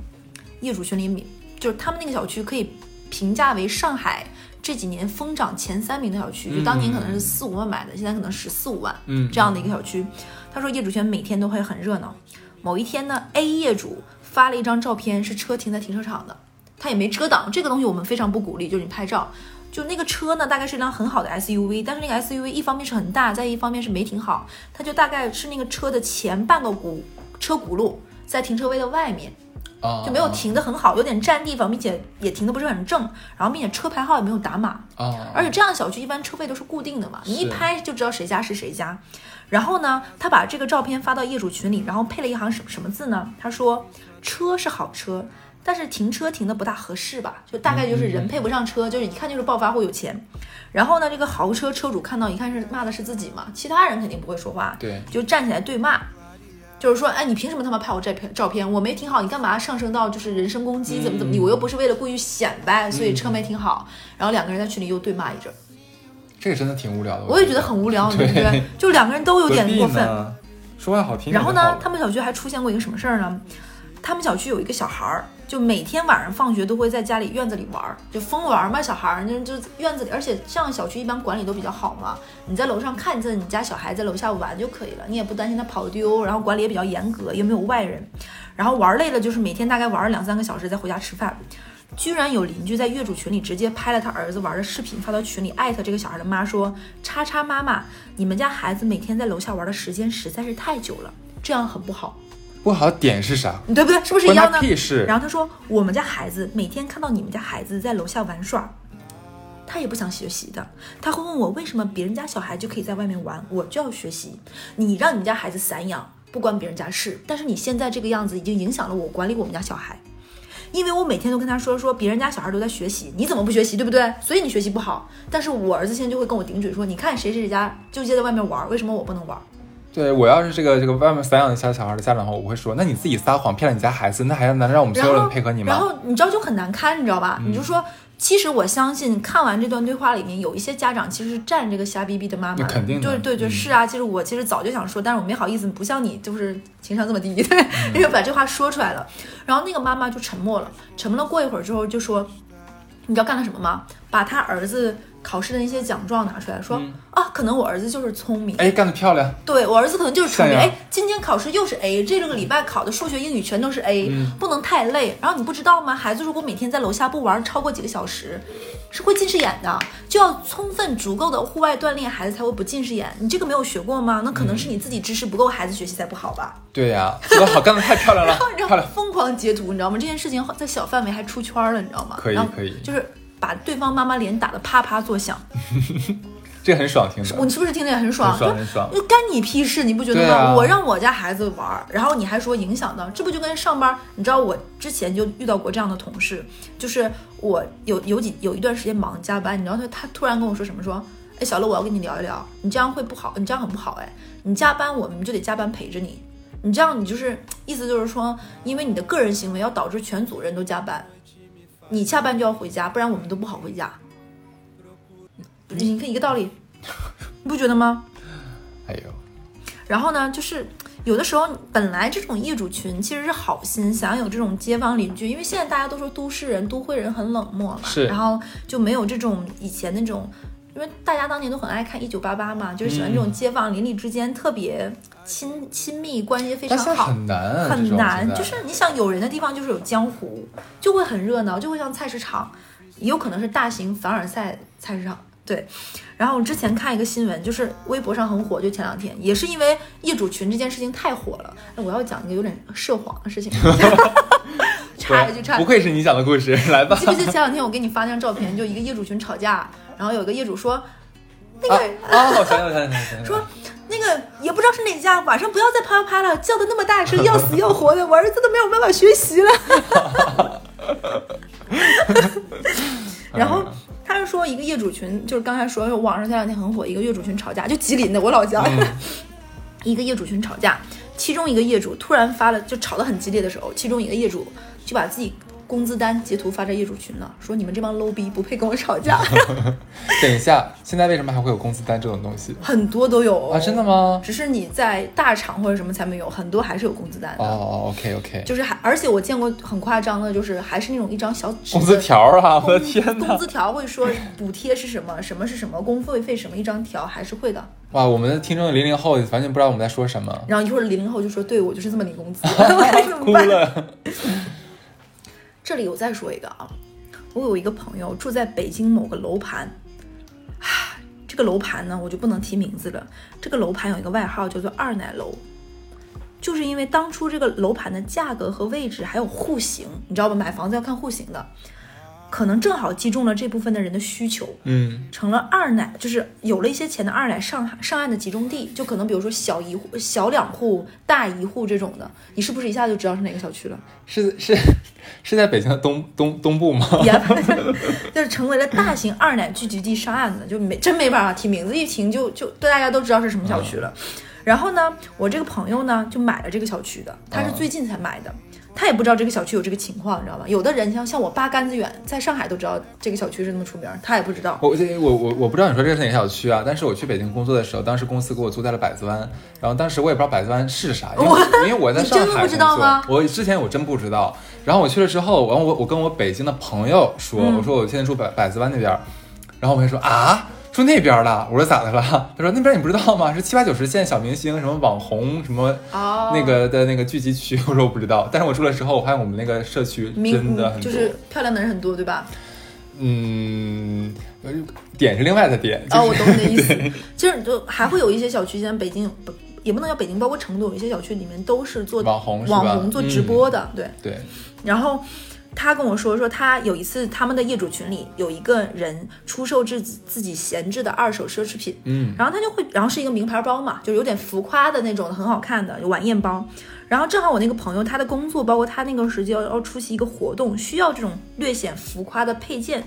Speaker 2: 业主群里面就是他们那个小区可以评价为上海这几年疯涨前三名的小区，就当年可能是四五万买的，现在可能十四五万，
Speaker 1: 嗯
Speaker 2: 这样的一个小区。他说业主群每天都会很热闹。某一天呢，A 业主发了一张照片，是车停在停车场的，他也没遮挡，这个东西我们非常不鼓励，就是你拍照。就那个车呢，大概是一辆很好的 SUV，但是那个 SUV 一方面是很大，再一方面是没停好，它就大概是那个车的前半个轱车轱辘在停车位的外面，
Speaker 1: 啊，
Speaker 2: 就没有停得很好，有点占地方，并且也停得不是很正，然后并且车牌号也没有打码，
Speaker 1: 啊，
Speaker 2: 而且这样的小区一般车位都是固定的嘛，你
Speaker 1: 是
Speaker 2: 一拍就知道谁家是谁家。然后呢，他把这个照片发到业主群里，然后配了一行什什么字呢？他说：“车是好车，但是停车停的不大合适吧？就大概就是人配不上车，就是一看就是暴发户有钱。然后呢，这个豪车车主看到一看是骂的是自己嘛，其他人肯定不会说话，
Speaker 1: 对
Speaker 2: 就站起来对骂。”就是说，哎，你凭什么他妈拍我这片照片？我没停好，你干嘛上升到就是人身攻击？怎
Speaker 1: 嗯
Speaker 2: 么怎么地？我又不是为了故意显摆，所以车没停好。然后两个人在群里又对骂一阵儿，
Speaker 1: 这个真的挺无聊的。
Speaker 2: 我也觉得很无聊，你不觉得
Speaker 1: 哦 *laughs* 对？
Speaker 2: 就两个人都有点过分。。
Speaker 1: 说话好听。
Speaker 2: 然后呢，他们小区还出现过一个什么事儿呢？他们小区有一个小孩儿，就每天晚上放学都会在家里院子里玩儿，就疯玩儿嘛，小孩儿就就院子里，而且这样小区一般管理都比较好嘛，你在楼上看见你家小孩在楼下玩就可以了，你也不担心他跑丢，然后管理也比较严格，又没有外人，然后玩儿累了就是每天大概玩儿两三个小时再回家吃饭。居然有邻居在业主群里直接拍了他儿子玩的视频发到群里，艾特这个小孩的妈说：“叉叉妈妈，你们家孩子每天在楼下玩的时间实在是太久了，这样很不好，
Speaker 1: 不好的点是啥？
Speaker 2: 你对不对？是不是一
Speaker 1: 关
Speaker 2: 样
Speaker 1: 他
Speaker 2: 呢？”
Speaker 1: 屁事！
Speaker 2: 然后他说：“我们家孩子每天看到你们家孩子在楼下玩耍，他也不想学习的，他会问我为什么别人家小孩就可以在外面玩，我就要学习。你让你们家孩子散养，不关别人家事，但是你现在这个样子已经影响了我管理我们家小孩。”因为我每天都跟他说说别人家小孩都在学习，你怎么不学习，对不对？所以你学习不好。但是我儿子现在就会跟我顶嘴说，你看谁谁谁家就接在外面玩，为什么我不能玩？
Speaker 1: 对我要是这个这个外面散养一下小孩的家长的话，我会说，那你自己撒谎骗了你家孩子，那还要难让我们所
Speaker 2: 然
Speaker 1: 有
Speaker 2: 后
Speaker 1: 人配合你
Speaker 2: 然
Speaker 1: 吗？嗯
Speaker 2: 后你知道就很难堪，你知道吧？你就说，其实我相信看完这段对话里面，有一些家长其实是站这个瞎逼逼的妈妈
Speaker 1: 那
Speaker 2: 的，
Speaker 1: 肯定的
Speaker 2: 对对对，
Speaker 1: 嗯
Speaker 2: 是啊，其实我其实早就想说，但是我没好意思，不像你就是情商这么低，对，
Speaker 1: 嗯
Speaker 2: *laughs* 因为把这话说出来了。然后那个妈妈就沉默了，沉默了过一会儿之后就说，你知道干了什么吗？把他儿子考试的那些奖状拿出来说，
Speaker 1: 嗯
Speaker 2: 啊，可能我儿子就是聪明，
Speaker 1: 哎，干得漂亮！
Speaker 2: 对我儿子可能就是出
Speaker 1: 对
Speaker 2: 名，
Speaker 1: 呀
Speaker 2: 哎，今天考试又是 A，这个礼拜考的数学、英语全都是 A，、不
Speaker 1: 嗯
Speaker 2: 能太累。然后你不知道吗？孩子如果每天在楼下不玩超过几个小时，是会近视眼的，就要充分足够的户外锻炼，孩子才会不近视眼。你这个没有学过吗？那可能是
Speaker 1: 嗯
Speaker 2: 你自己知识不够，孩子学习才不好
Speaker 1: *laughs*
Speaker 2: 吧。
Speaker 1: 对呀，做得好，干得太漂亮了，
Speaker 2: *laughs* 你知
Speaker 1: 漂
Speaker 2: 道
Speaker 1: 亮！
Speaker 2: 疯狂截图，你知道吗？这件事情在小范围还出圈了，你知道吗？
Speaker 1: 可以
Speaker 2: 然后
Speaker 1: 可以
Speaker 2: 就是把对方妈妈脸打得啪啪作响。
Speaker 1: 这个很爽听
Speaker 2: 我
Speaker 1: 的，
Speaker 2: 你是不是听着也很爽？
Speaker 1: 很爽
Speaker 2: 就
Speaker 1: 很爽
Speaker 2: 就干你屁事，你不觉得
Speaker 1: 对
Speaker 2: 吗？
Speaker 1: 啊
Speaker 2: 我让我家孩子玩儿，然后你还说影响到，这不就跟上班儿？你知道我之前就遇到过这样的同事，就是我有有几有一段时间忙加班，你知道他他突然跟我说什么说。哎，小乐，我要跟你聊一聊，你这样会不好，你这样很不好。哎，你加班，我们就得加班陪着你。你这样，你就是意思就是说，因为你的个人行为要导致全组人都加班，你下班就要回家，不然我们都不好回家。你看一个道理，你不觉得吗？
Speaker 1: 哎呦，
Speaker 2: 然后呢，就是有的时候本来这种业主群其实是好心，想有这种街坊邻居，因为现在大家都说都市人、都会人很冷漠嘛，
Speaker 1: 是
Speaker 2: 然后就没有这种以前那种。因为大家当年都很爱看《一九八八》嘛，就是喜欢这种街坊邻里之间特别亲亲密关系非常
Speaker 1: 但现在
Speaker 2: 好，
Speaker 1: 很难啊，这
Speaker 2: 很
Speaker 1: 种
Speaker 2: 难
Speaker 1: 现在，
Speaker 2: 就是你想有人的地方就是有江湖，就会很热闹，就会像菜市场，也有可能是大型凡尔赛菜市场。对，然后我之前看一个新闻，就是微博上很火，就前两天也是因为业主群这件事情太火了。那我要讲一个有点涉黄
Speaker 1: *laughs*
Speaker 2: 的事情，插一句插一句
Speaker 1: 不愧是你讲的故事， *laughs* 来吧
Speaker 2: 记。不记得前两天我给你发那张照片，就一个业主群吵架，然后有一个业主说，那个、
Speaker 1: 啊，我想想，想想想想，
Speaker 2: 说那个也不知道是哪家，晚上不要再啪啪啪了，叫的那么大声，要死要活的，我儿子都没有办法学习了。然后他是说一个业主群，就是刚才说网上前两天很火，一个业主群吵架，就吉林的我老家，
Speaker 1: 嗯
Speaker 2: 一个业主群吵架，其中一个业主突然发了，就吵得很激烈的时候，其中一个业主就把自己。工资单截图发在业主群了，说你们这帮 low 逼不配跟我吵
Speaker 1: *laughs*
Speaker 2: 架，
Speaker 1: 等一下，现在为什么还会有工资单这种东西
Speaker 2: 很多都有哦
Speaker 1: 啊？真的吗？
Speaker 2: 只是你在大厂或者什么才没有，很多还是有工资单的。
Speaker 1: 哦哦，OK OK，
Speaker 2: 就是还，而且我见过很夸张的，就是还是那种一张小纸的
Speaker 1: 工资，条啊， *laughs*
Speaker 2: 工
Speaker 1: 我的天
Speaker 2: 工
Speaker 1: 哪！
Speaker 2: 资条会说补贴是什么，什么是什么，工会费什么，一张条还是会的。
Speaker 1: 哇，我们的听众零零后完全不知道我们在说什么，
Speaker 2: 然后一会儿零零后就说，对我就是这么领工资， *laughs* 我该怎么
Speaker 1: 哭
Speaker 2: 办？
Speaker 1: 了。
Speaker 2: 这里我再说一个啊，我有一个朋友住在北京某个楼盘，唉这个楼盘呢我就不能提名字了。这个楼盘有一个外号叫做“二奶楼”，就是因为当初这个楼盘的价格和位置还有户型，你知道吧？买房子要看户型的，可能正好击中了这部分的人的需求。
Speaker 1: *laughs* 嗯，
Speaker 2: 成了二奶，就是有了一些钱的二奶上海上岸的集中地，就可能比如说小一户、小两户、大一户这种的，你是不是一下就知道是哪个小区了？
Speaker 1: 是是是在北京的东东东部吗？
Speaker 2: 也 *laughs* 就是成为了大型二奶聚集地上岸的，就没真没办法提名字，一听就就大家都知道是什么小区
Speaker 1: 啊
Speaker 2: 了。然后呢，我这个朋友呢就买了这个小区的，他是
Speaker 1: 啊
Speaker 2: 最近才买的，他也不知道这个小区有这个情况，你知道吗？有的人像像我八竿子远，在上海都知道这个小区是那么出名，他也不知道。
Speaker 1: 我这我我我不知道你说这是哪个小区啊，但是我去北京工作的时候，当时公司给我租在了百子湾，然后当时我也不知道百子湾是啥，因为因为我在
Speaker 2: 你
Speaker 1: 上
Speaker 2: 真
Speaker 1: 海工作，
Speaker 2: 的不知道吗
Speaker 1: 我之前我真不知道，然后我去了之后，然后我我跟我北京的朋友说，
Speaker 2: 嗯
Speaker 1: 我说我现在住百百子湾那边儿，然后我朋友说啊。住那边儿了，我说咋的了？ *laughs* 他说那边你不知道吗？是七八九十线小明星，什么网红，什么
Speaker 2: 哦
Speaker 1: 那个的那个聚集区。我说我不知道，但是我住了之后，我发现我们那个社区真
Speaker 2: 明
Speaker 1: 的很多，
Speaker 2: 嗯就是漂亮的人很多，对吧？
Speaker 1: 嗯，呃点是另外的点，就是
Speaker 2: 哦，我懂你的意思，就是就还会有一些小区，像北京不也不能叫北京，包括成都，有一些小区里面都是做
Speaker 1: 网红是吧嗯
Speaker 2: 网红做直播的，对。
Speaker 1: 对，
Speaker 2: 然后他跟我说，说他有一次他们的业主群里有一个人出售自己自己闲置的二手奢侈品，
Speaker 1: 嗯，
Speaker 2: 然后他就会，然后是一个名牌包嘛，就有点浮夸的那种，很好看的晚宴包。然后正好我那个朋友，他的工作包括他那个时间要要出席一个活动，需要这种略显浮夸的配件，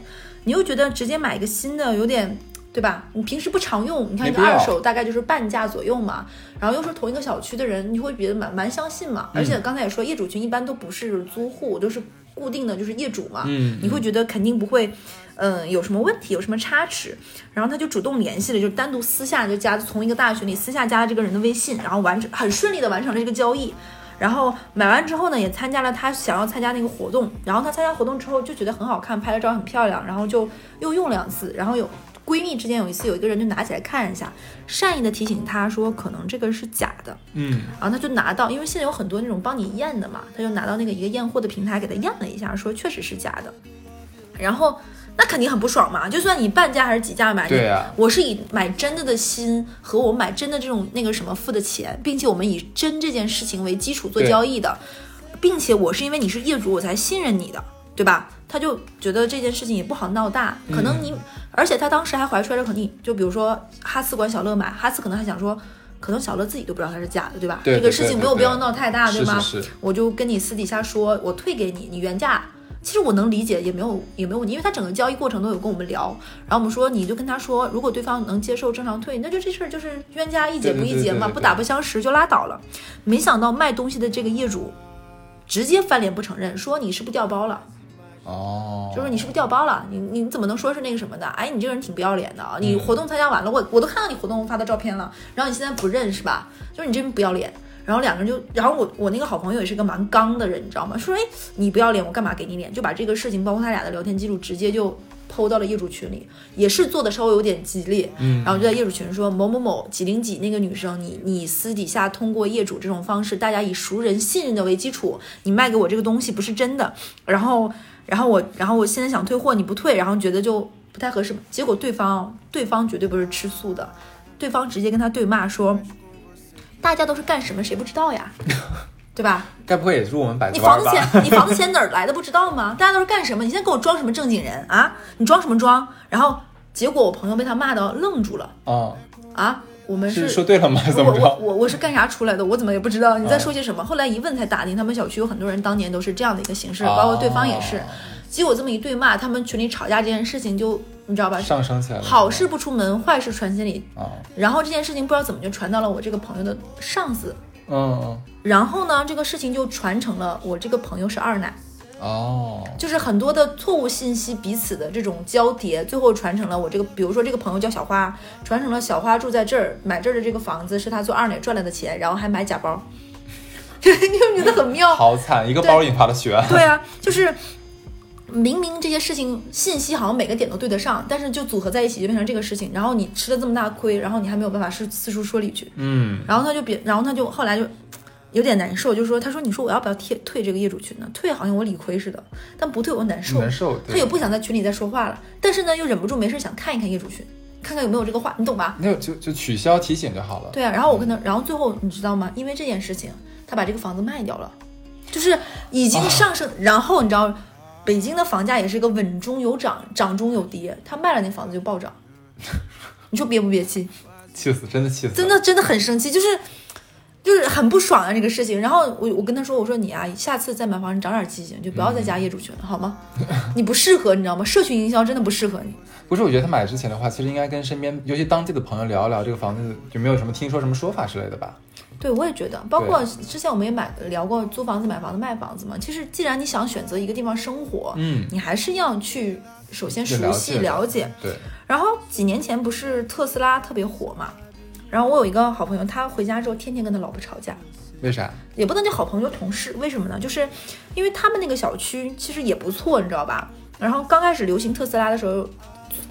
Speaker 2: 你又觉得直接买一个新的有点。对吧？你平时不常用，你看一个
Speaker 1: 没必要
Speaker 2: 二手大概就是半价左右嘛，然后又是同一个小区的人，你会觉得蛮蛮相信嘛。而
Speaker 1: 嗯
Speaker 2: 且刚才也说，业主群一般都不是租户，都是固定的，就是业主嘛。
Speaker 1: 嗯
Speaker 2: 你会觉得肯定不会，嗯，有什么问题，有什么差池。然后他就主动联系了，就单独私下就加从一个大群里私下加了这个人的微信，然后完成很顺利的完成了这个交易。然后买完之后呢，也参加了他想要参加那个活动。然后他参加活动之后就觉得很好看，拍了照很漂亮，然后就又用了两次。然后有闺蜜之间有一次有一个人就拿起来看一下，善意的提醒他说可能这个是假的。
Speaker 1: 嗯，
Speaker 2: 然后他就拿到，因为现在有很多那种帮你验的嘛，他就拿到那个一个验货的平台给他验了一下，说确实是假的。然后那肯定很不爽嘛，就算你半价还是几价买，
Speaker 1: 对啊
Speaker 2: 我是以买真的的心和我买真的这种那个什么付的钱，并且我们以真这件事情为基础做
Speaker 1: 对
Speaker 2: 交易的，并且我是因为你是业主我才信任你的，对吧？他就觉得这件事情也不好闹大，可能
Speaker 1: 嗯
Speaker 2: 你，而且他当时还怀揣着肯定，就比如说哈斯管小乐买，哈斯可能还想说，可能小乐自己都不知道它是假的，对吧？
Speaker 1: 对对
Speaker 2: 这个事情没有必要闹太大，
Speaker 1: 是
Speaker 2: 啊吗？
Speaker 1: 是是，
Speaker 2: 我就跟你私底下说，我退给你，你原价。其实我能理解，也没有也没有问题，因为他整个交易过程都有跟我们聊，然后我们说你就跟他说，如果对方能接受正常退，那就这事儿就是冤家宜解
Speaker 1: 对对
Speaker 2: 不宜
Speaker 1: 对
Speaker 2: 结
Speaker 1: 对
Speaker 2: 嘛，
Speaker 1: 对
Speaker 2: 不
Speaker 1: 对
Speaker 2: 打不相识就拉倒了。没想到卖东西的这个业主直接翻脸不承认，说你是不是掉包了。
Speaker 1: 哦，
Speaker 2: 就说你是不是掉包了？你你怎么能说是那个什么的？哎，你这个人挺不要脸的啊！
Speaker 1: 嗯
Speaker 2: 你活动参加完了，我我都看到你活动发的照片了，然后你现在不认是吧？就是你这人不要脸。然后两个人就，然后我我那个好朋友也是个蛮刚的人，你知道吗？说哎，你不要脸，我干嘛给你脸？就把这个事情，包括他俩的聊天记录，直接就抛到了业主群里，也是做的稍微有点激烈，
Speaker 1: 嗯
Speaker 2: 然后就在业主群说某某某几零几那个女生，你你私底下通过业主这种方式，大家以熟人信任的为基础，你卖给我这个东西不是真的，然后然后我然后我现在想退货你不退，然后觉得就不太合适，结果对方对方绝对不是吃素的，对方直接跟他对骂说，大家都是干什么谁不知
Speaker 1: *laughs*
Speaker 2: 道呀，对吧？
Speaker 1: 该不会也是我们百
Speaker 2: 你
Speaker 1: 度
Speaker 2: 房
Speaker 1: 二
Speaker 2: 子
Speaker 1: 吧？ *laughs*
Speaker 2: 钱，你房子钱哪儿来的不知道吗？大家都是干什么？你现在给我装什么正经人啊？你装什么装？然后结果我朋友被他骂到愣住了
Speaker 1: 哦，
Speaker 2: 啊！我们
Speaker 1: 是
Speaker 2: 是
Speaker 1: 说对了吗？
Speaker 2: 我
Speaker 1: 怎么
Speaker 2: 我
Speaker 1: 着？啊
Speaker 2: 我我是干啥出来的？我怎么也不知道你在说些什么。后来一问才打听，他们小区有很多人当年都是这样的一个形式，包括对方也
Speaker 1: 啊
Speaker 2: 是。结果这么一对骂，他们群里吵架这件事情就你知道吧
Speaker 1: 哦，？上升起来了。
Speaker 2: 好事不出门，坏事传心里。
Speaker 1: 啊，
Speaker 2: 然后这件事情不知道怎么就传到了我这个朋友的上司，
Speaker 1: 嗯嗯
Speaker 2: 然后呢，这个事情就传成了我这个朋友是二奶。
Speaker 1: 哦，
Speaker 2: 就是很多的错误信息彼此的这种交叠，最后传成了我这个，比如说这个朋友叫小花，传成了小花住在这儿，买这儿的这个房子是她做二奶赚来的钱，然后还买假包， *laughs* 你就觉得很妙。
Speaker 1: 好惨，一个包引发了血。 *laughs*
Speaker 2: 对啊，就是明明这些事情信息好像每个点都对得上，但是就组合在一起就变成这个事情，然后你吃了这么大亏，然后你还没有办法是四处说理去，
Speaker 1: 嗯，
Speaker 2: 然后他就别，然后他就后来就有点难受，就说他说你说我要不要退退这个业主群呢？退好像我理亏似的，但不退我难受。
Speaker 1: 难受。
Speaker 2: 他
Speaker 1: 对
Speaker 2: 也不想在群里再说话了，但是呢，又忍不住没事想看一看业主群，看看有没有这个话，你懂吧？
Speaker 1: 那就就取消提醒就好了。
Speaker 2: 对啊，然后我跟他，然后最后你知道吗？因为这件事情，他把这个房子卖掉了，就是已经上升。然后你知道，北京的房价也是一个稳中有涨，涨中有跌。他卖了那房子就暴涨， *laughs* 你说憋不憋气？
Speaker 1: 气死，真的气死。
Speaker 2: 真。的真的很生气，就是就是很不爽啊这个事情。然后我我跟他说，我说你啊，下次再买房你长点记性，就不要再加业主群了，好吗？你不适合，你知道吗？社群营销真的不适合你。
Speaker 1: 不是，我觉得他买之前的话，其实应该跟身边，尤其当地的朋友聊一聊这个房子有没有什么听说什么说法之类的吧。
Speaker 2: 对，我也觉得，包括之前我们也买聊过租房子、买房子、卖房子嘛。其实，既然你想选择一个地方生活，
Speaker 1: 嗯，
Speaker 2: 你还是要去首先
Speaker 1: 去
Speaker 2: 熟
Speaker 1: 了
Speaker 2: 悉
Speaker 1: 解
Speaker 2: 了解。
Speaker 1: 对，
Speaker 2: 然后几年前不是特斯拉特别火嘛，然后我有一个好朋友，他回家之后天天跟他老婆吵架，
Speaker 1: 为啥？
Speaker 2: 也不能叫好朋友，同事。为什么呢？就是因为他们那个小区其实也不错，你知道吧？然后刚开始流行特斯拉的时候，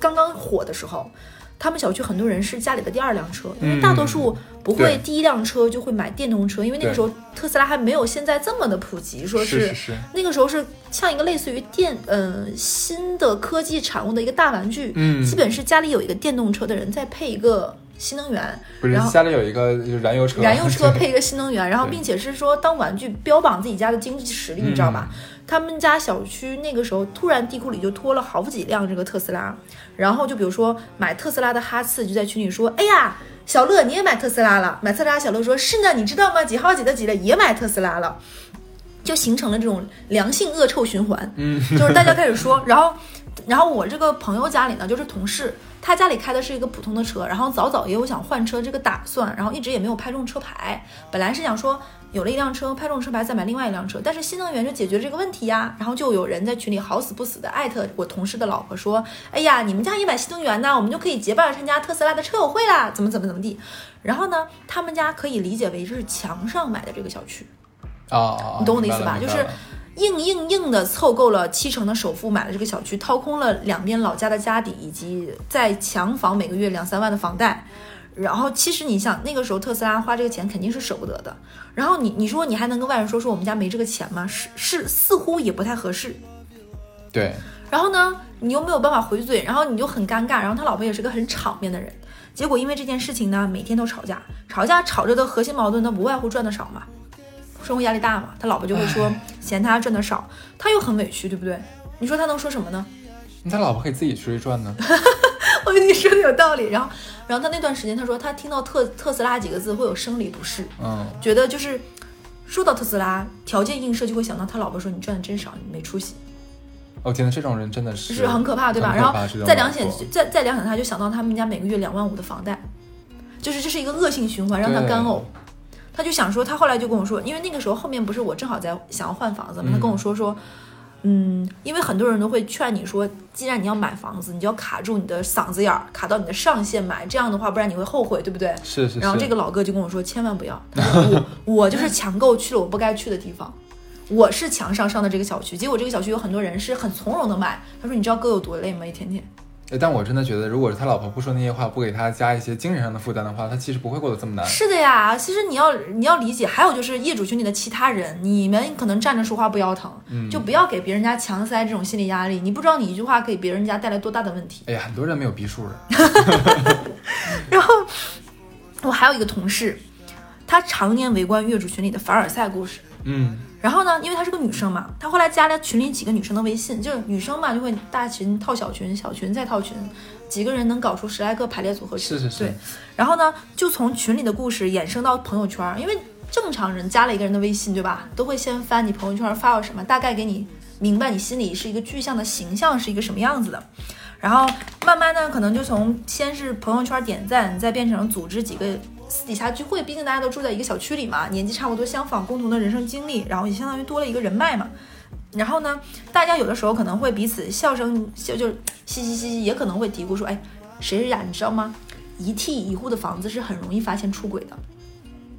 Speaker 2: 刚刚火的时候，他们小区很多人是家里的第二辆车，
Speaker 1: 嗯
Speaker 2: 因为大多数不会
Speaker 1: 对
Speaker 2: 第一辆车就会买电动车，因为那个
Speaker 1: 对
Speaker 2: 时候特斯拉还没有现在这么的普及，说
Speaker 1: 是是是，
Speaker 2: 那个时候是像一个类似于电，嗯、新的科技产物的一个大玩具，
Speaker 1: 嗯
Speaker 2: 基本是家里有一个电动车的人再配一个新能源，
Speaker 1: 不是
Speaker 2: 然后
Speaker 1: 家里有一个就是燃油车，
Speaker 2: 燃油车配一个新能源，然后
Speaker 1: 对
Speaker 2: 并且是说当玩具标榜自己家的经济实力，
Speaker 1: 嗯
Speaker 2: 你知道吧？他们家小区那个时候突然地库里就拖了好几辆这个特斯拉，然后就比如说买特斯拉的哈次就在群里说，哎呀。小乐，你也买特斯拉了？买特斯拉，小乐说：“是呢，你知道吗？几号几的几的也买特斯拉了，就形成了这种良性恶臭循环。
Speaker 1: 嗯，
Speaker 2: 就是大家开始说， *laughs* 然后，然后我这个朋友家里呢，就是同事，他家里开的是一个普通的车，然后早早也有想换车这个打算，然后一直也没有拍中车牌，本来是想说有了一辆车拍中车牌再买另外一辆车，但是新能源就解决这个问题呀，然后就有人在群里好死不死的艾特我同事的老婆说，哎呀，你们家也买新能源呐，我们就可以结伴参加特斯拉的车友会啦，怎么怎么怎么地，然后呢，他们家可以理解为这是墙上买的这个小区。
Speaker 1: 啊啊，
Speaker 2: 你懂我的
Speaker 1: 明
Speaker 2: 意
Speaker 1: 白
Speaker 2: 思
Speaker 1: 了
Speaker 2: 吧？就
Speaker 1: 明白
Speaker 2: 是
Speaker 1: 了
Speaker 2: 硬硬硬的凑够了七成的首付，买了这个小区，掏空了两边老家的家底，以及在强房每个月两三万的房贷。然后其实你想，那个时候特斯拉花这个钱肯定是舍不得的。然后你你说你还能跟外人说说我们家没这个钱吗？是是，似乎也不太合适。
Speaker 1: 对，
Speaker 2: 然后呢，你又没有办法回嘴，然后你就很尴尬。然后他老婆也是个很场面的人，结果因为这件事情呢，每天都吵架，吵架吵着的核心矛盾，那不外乎赚的少嘛，生活压力大嘛。他老婆就会说嫌他赚的少，他又很委屈，对不对？你说他能说什么呢？ *laughs*
Speaker 1: 那他老婆可以自己出去转呢。
Speaker 2: 我觉得你说的有道理。然后，然后他那段时间，他说他听到特特斯拉几个字会有生理不适，
Speaker 1: 嗯，
Speaker 2: 觉得就是说到特斯拉，条件映射就会想到他老婆说你赚的真少，你没出息。
Speaker 1: 我哦天呐，这种人真的
Speaker 2: 就是是很可怕，对吧？
Speaker 1: 很
Speaker 2: 然
Speaker 1: 可怕
Speaker 2: 后
Speaker 1: 这种
Speaker 2: 再两
Speaker 1: 老
Speaker 2: 想
Speaker 1: 婆，
Speaker 2: 再再两想，他就想到他们家每个月两万五的房贷，就是这是一个恶性循环，让他干呕。他就想说，他后来就跟我说，因为那个时候后面不是我正好在想要换房子嘛，
Speaker 1: 嗯
Speaker 2: 他跟我说说，嗯，因为很多人都会劝你说，既然你要买房子，你就要卡住你的嗓子眼儿，卡到你的上限买，这样的话，不然你会后悔，对不对？
Speaker 1: 是是是。
Speaker 2: 然后这个老哥就跟我说，千万不要，他说我我就是强购去了我不该去的地方。我是强上上的这个小区，结果这个小区有很多人是很从容的买。他说：“你知道哥有多累吗？一天天。
Speaker 1: 哎但我真的觉得，如果是他老婆不说那些话，不给他加一些精神上的负担的话，他其实不会过得这么难”。
Speaker 2: 是的呀，其实你要你要理解。还有就是业主群里的其他人，你们可能站着说话不腰疼，就不要给别人家强塞这种心理压力。你不知道你一句话给别人家带来多大的问题。
Speaker 1: 哎呀，很多人没有逼数的，
Speaker 2: 然后我还有一个同事，她常年围观业主群里的凡尔赛故事。
Speaker 1: 嗯，
Speaker 2: 然后呢，因为她是个女生嘛，她后来加了群里几个女生的微信，就是女生嘛就会大群套小群，小群再套群，几个人能搞出十来个排列组合
Speaker 1: 是
Speaker 2: 群。
Speaker 1: 是是
Speaker 2: 对，然后呢，就从群里的故事衍生到朋友圈儿，因为正常人加了一个人的微信，对吧？都会先翻你朋友圈儿发了什么，大概给你明白你心里是一个具象的形象是一个什么样子的。然后慢慢呢，可能就从先是朋友圈点赞，再变成组织几个私底下聚会，毕竟大家都住在一个小区里嘛，年纪差不多相仿，共同的人生经历，然后也相当于多了一个人脉嘛。然后呢，大家有的时候可能会彼此笑声笑，就是嘻嘻嘻嘻，也可能会嘀咕说，哎，谁谁呀，你知道吗？一梯一户的房子是很容易发现出轨的，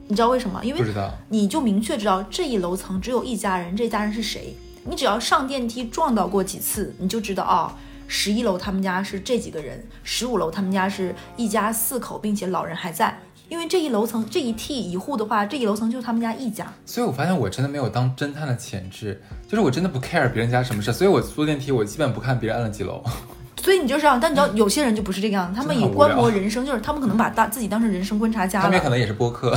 Speaker 2: 你知道为什么？因为
Speaker 1: 不知道。
Speaker 2: 你就明确知道这一楼层只有一家人，这家人是谁。你只要上电梯撞到过几次，你就知道哦，十一楼他们家是这几个人，十五楼他们家是一家四口，并且老人还在。因为这一楼层这一梯一户的话，这一楼层就是他们家一家。
Speaker 1: 所以我发现我真的没有当侦探的潜质，就是我真的不 care 别人家什么事，所以我坐电梯我基本不看别人按了几楼。
Speaker 2: 所以你就这样，但你知道有些人就不是这个样子，他们
Speaker 1: 真的
Speaker 2: 以
Speaker 1: 好嗯无
Speaker 2: 观摩
Speaker 1: 聊
Speaker 2: 人生，就是他们可能把大自己当成人生观察家
Speaker 1: 他
Speaker 2: 了
Speaker 1: 们也。可能也是播客，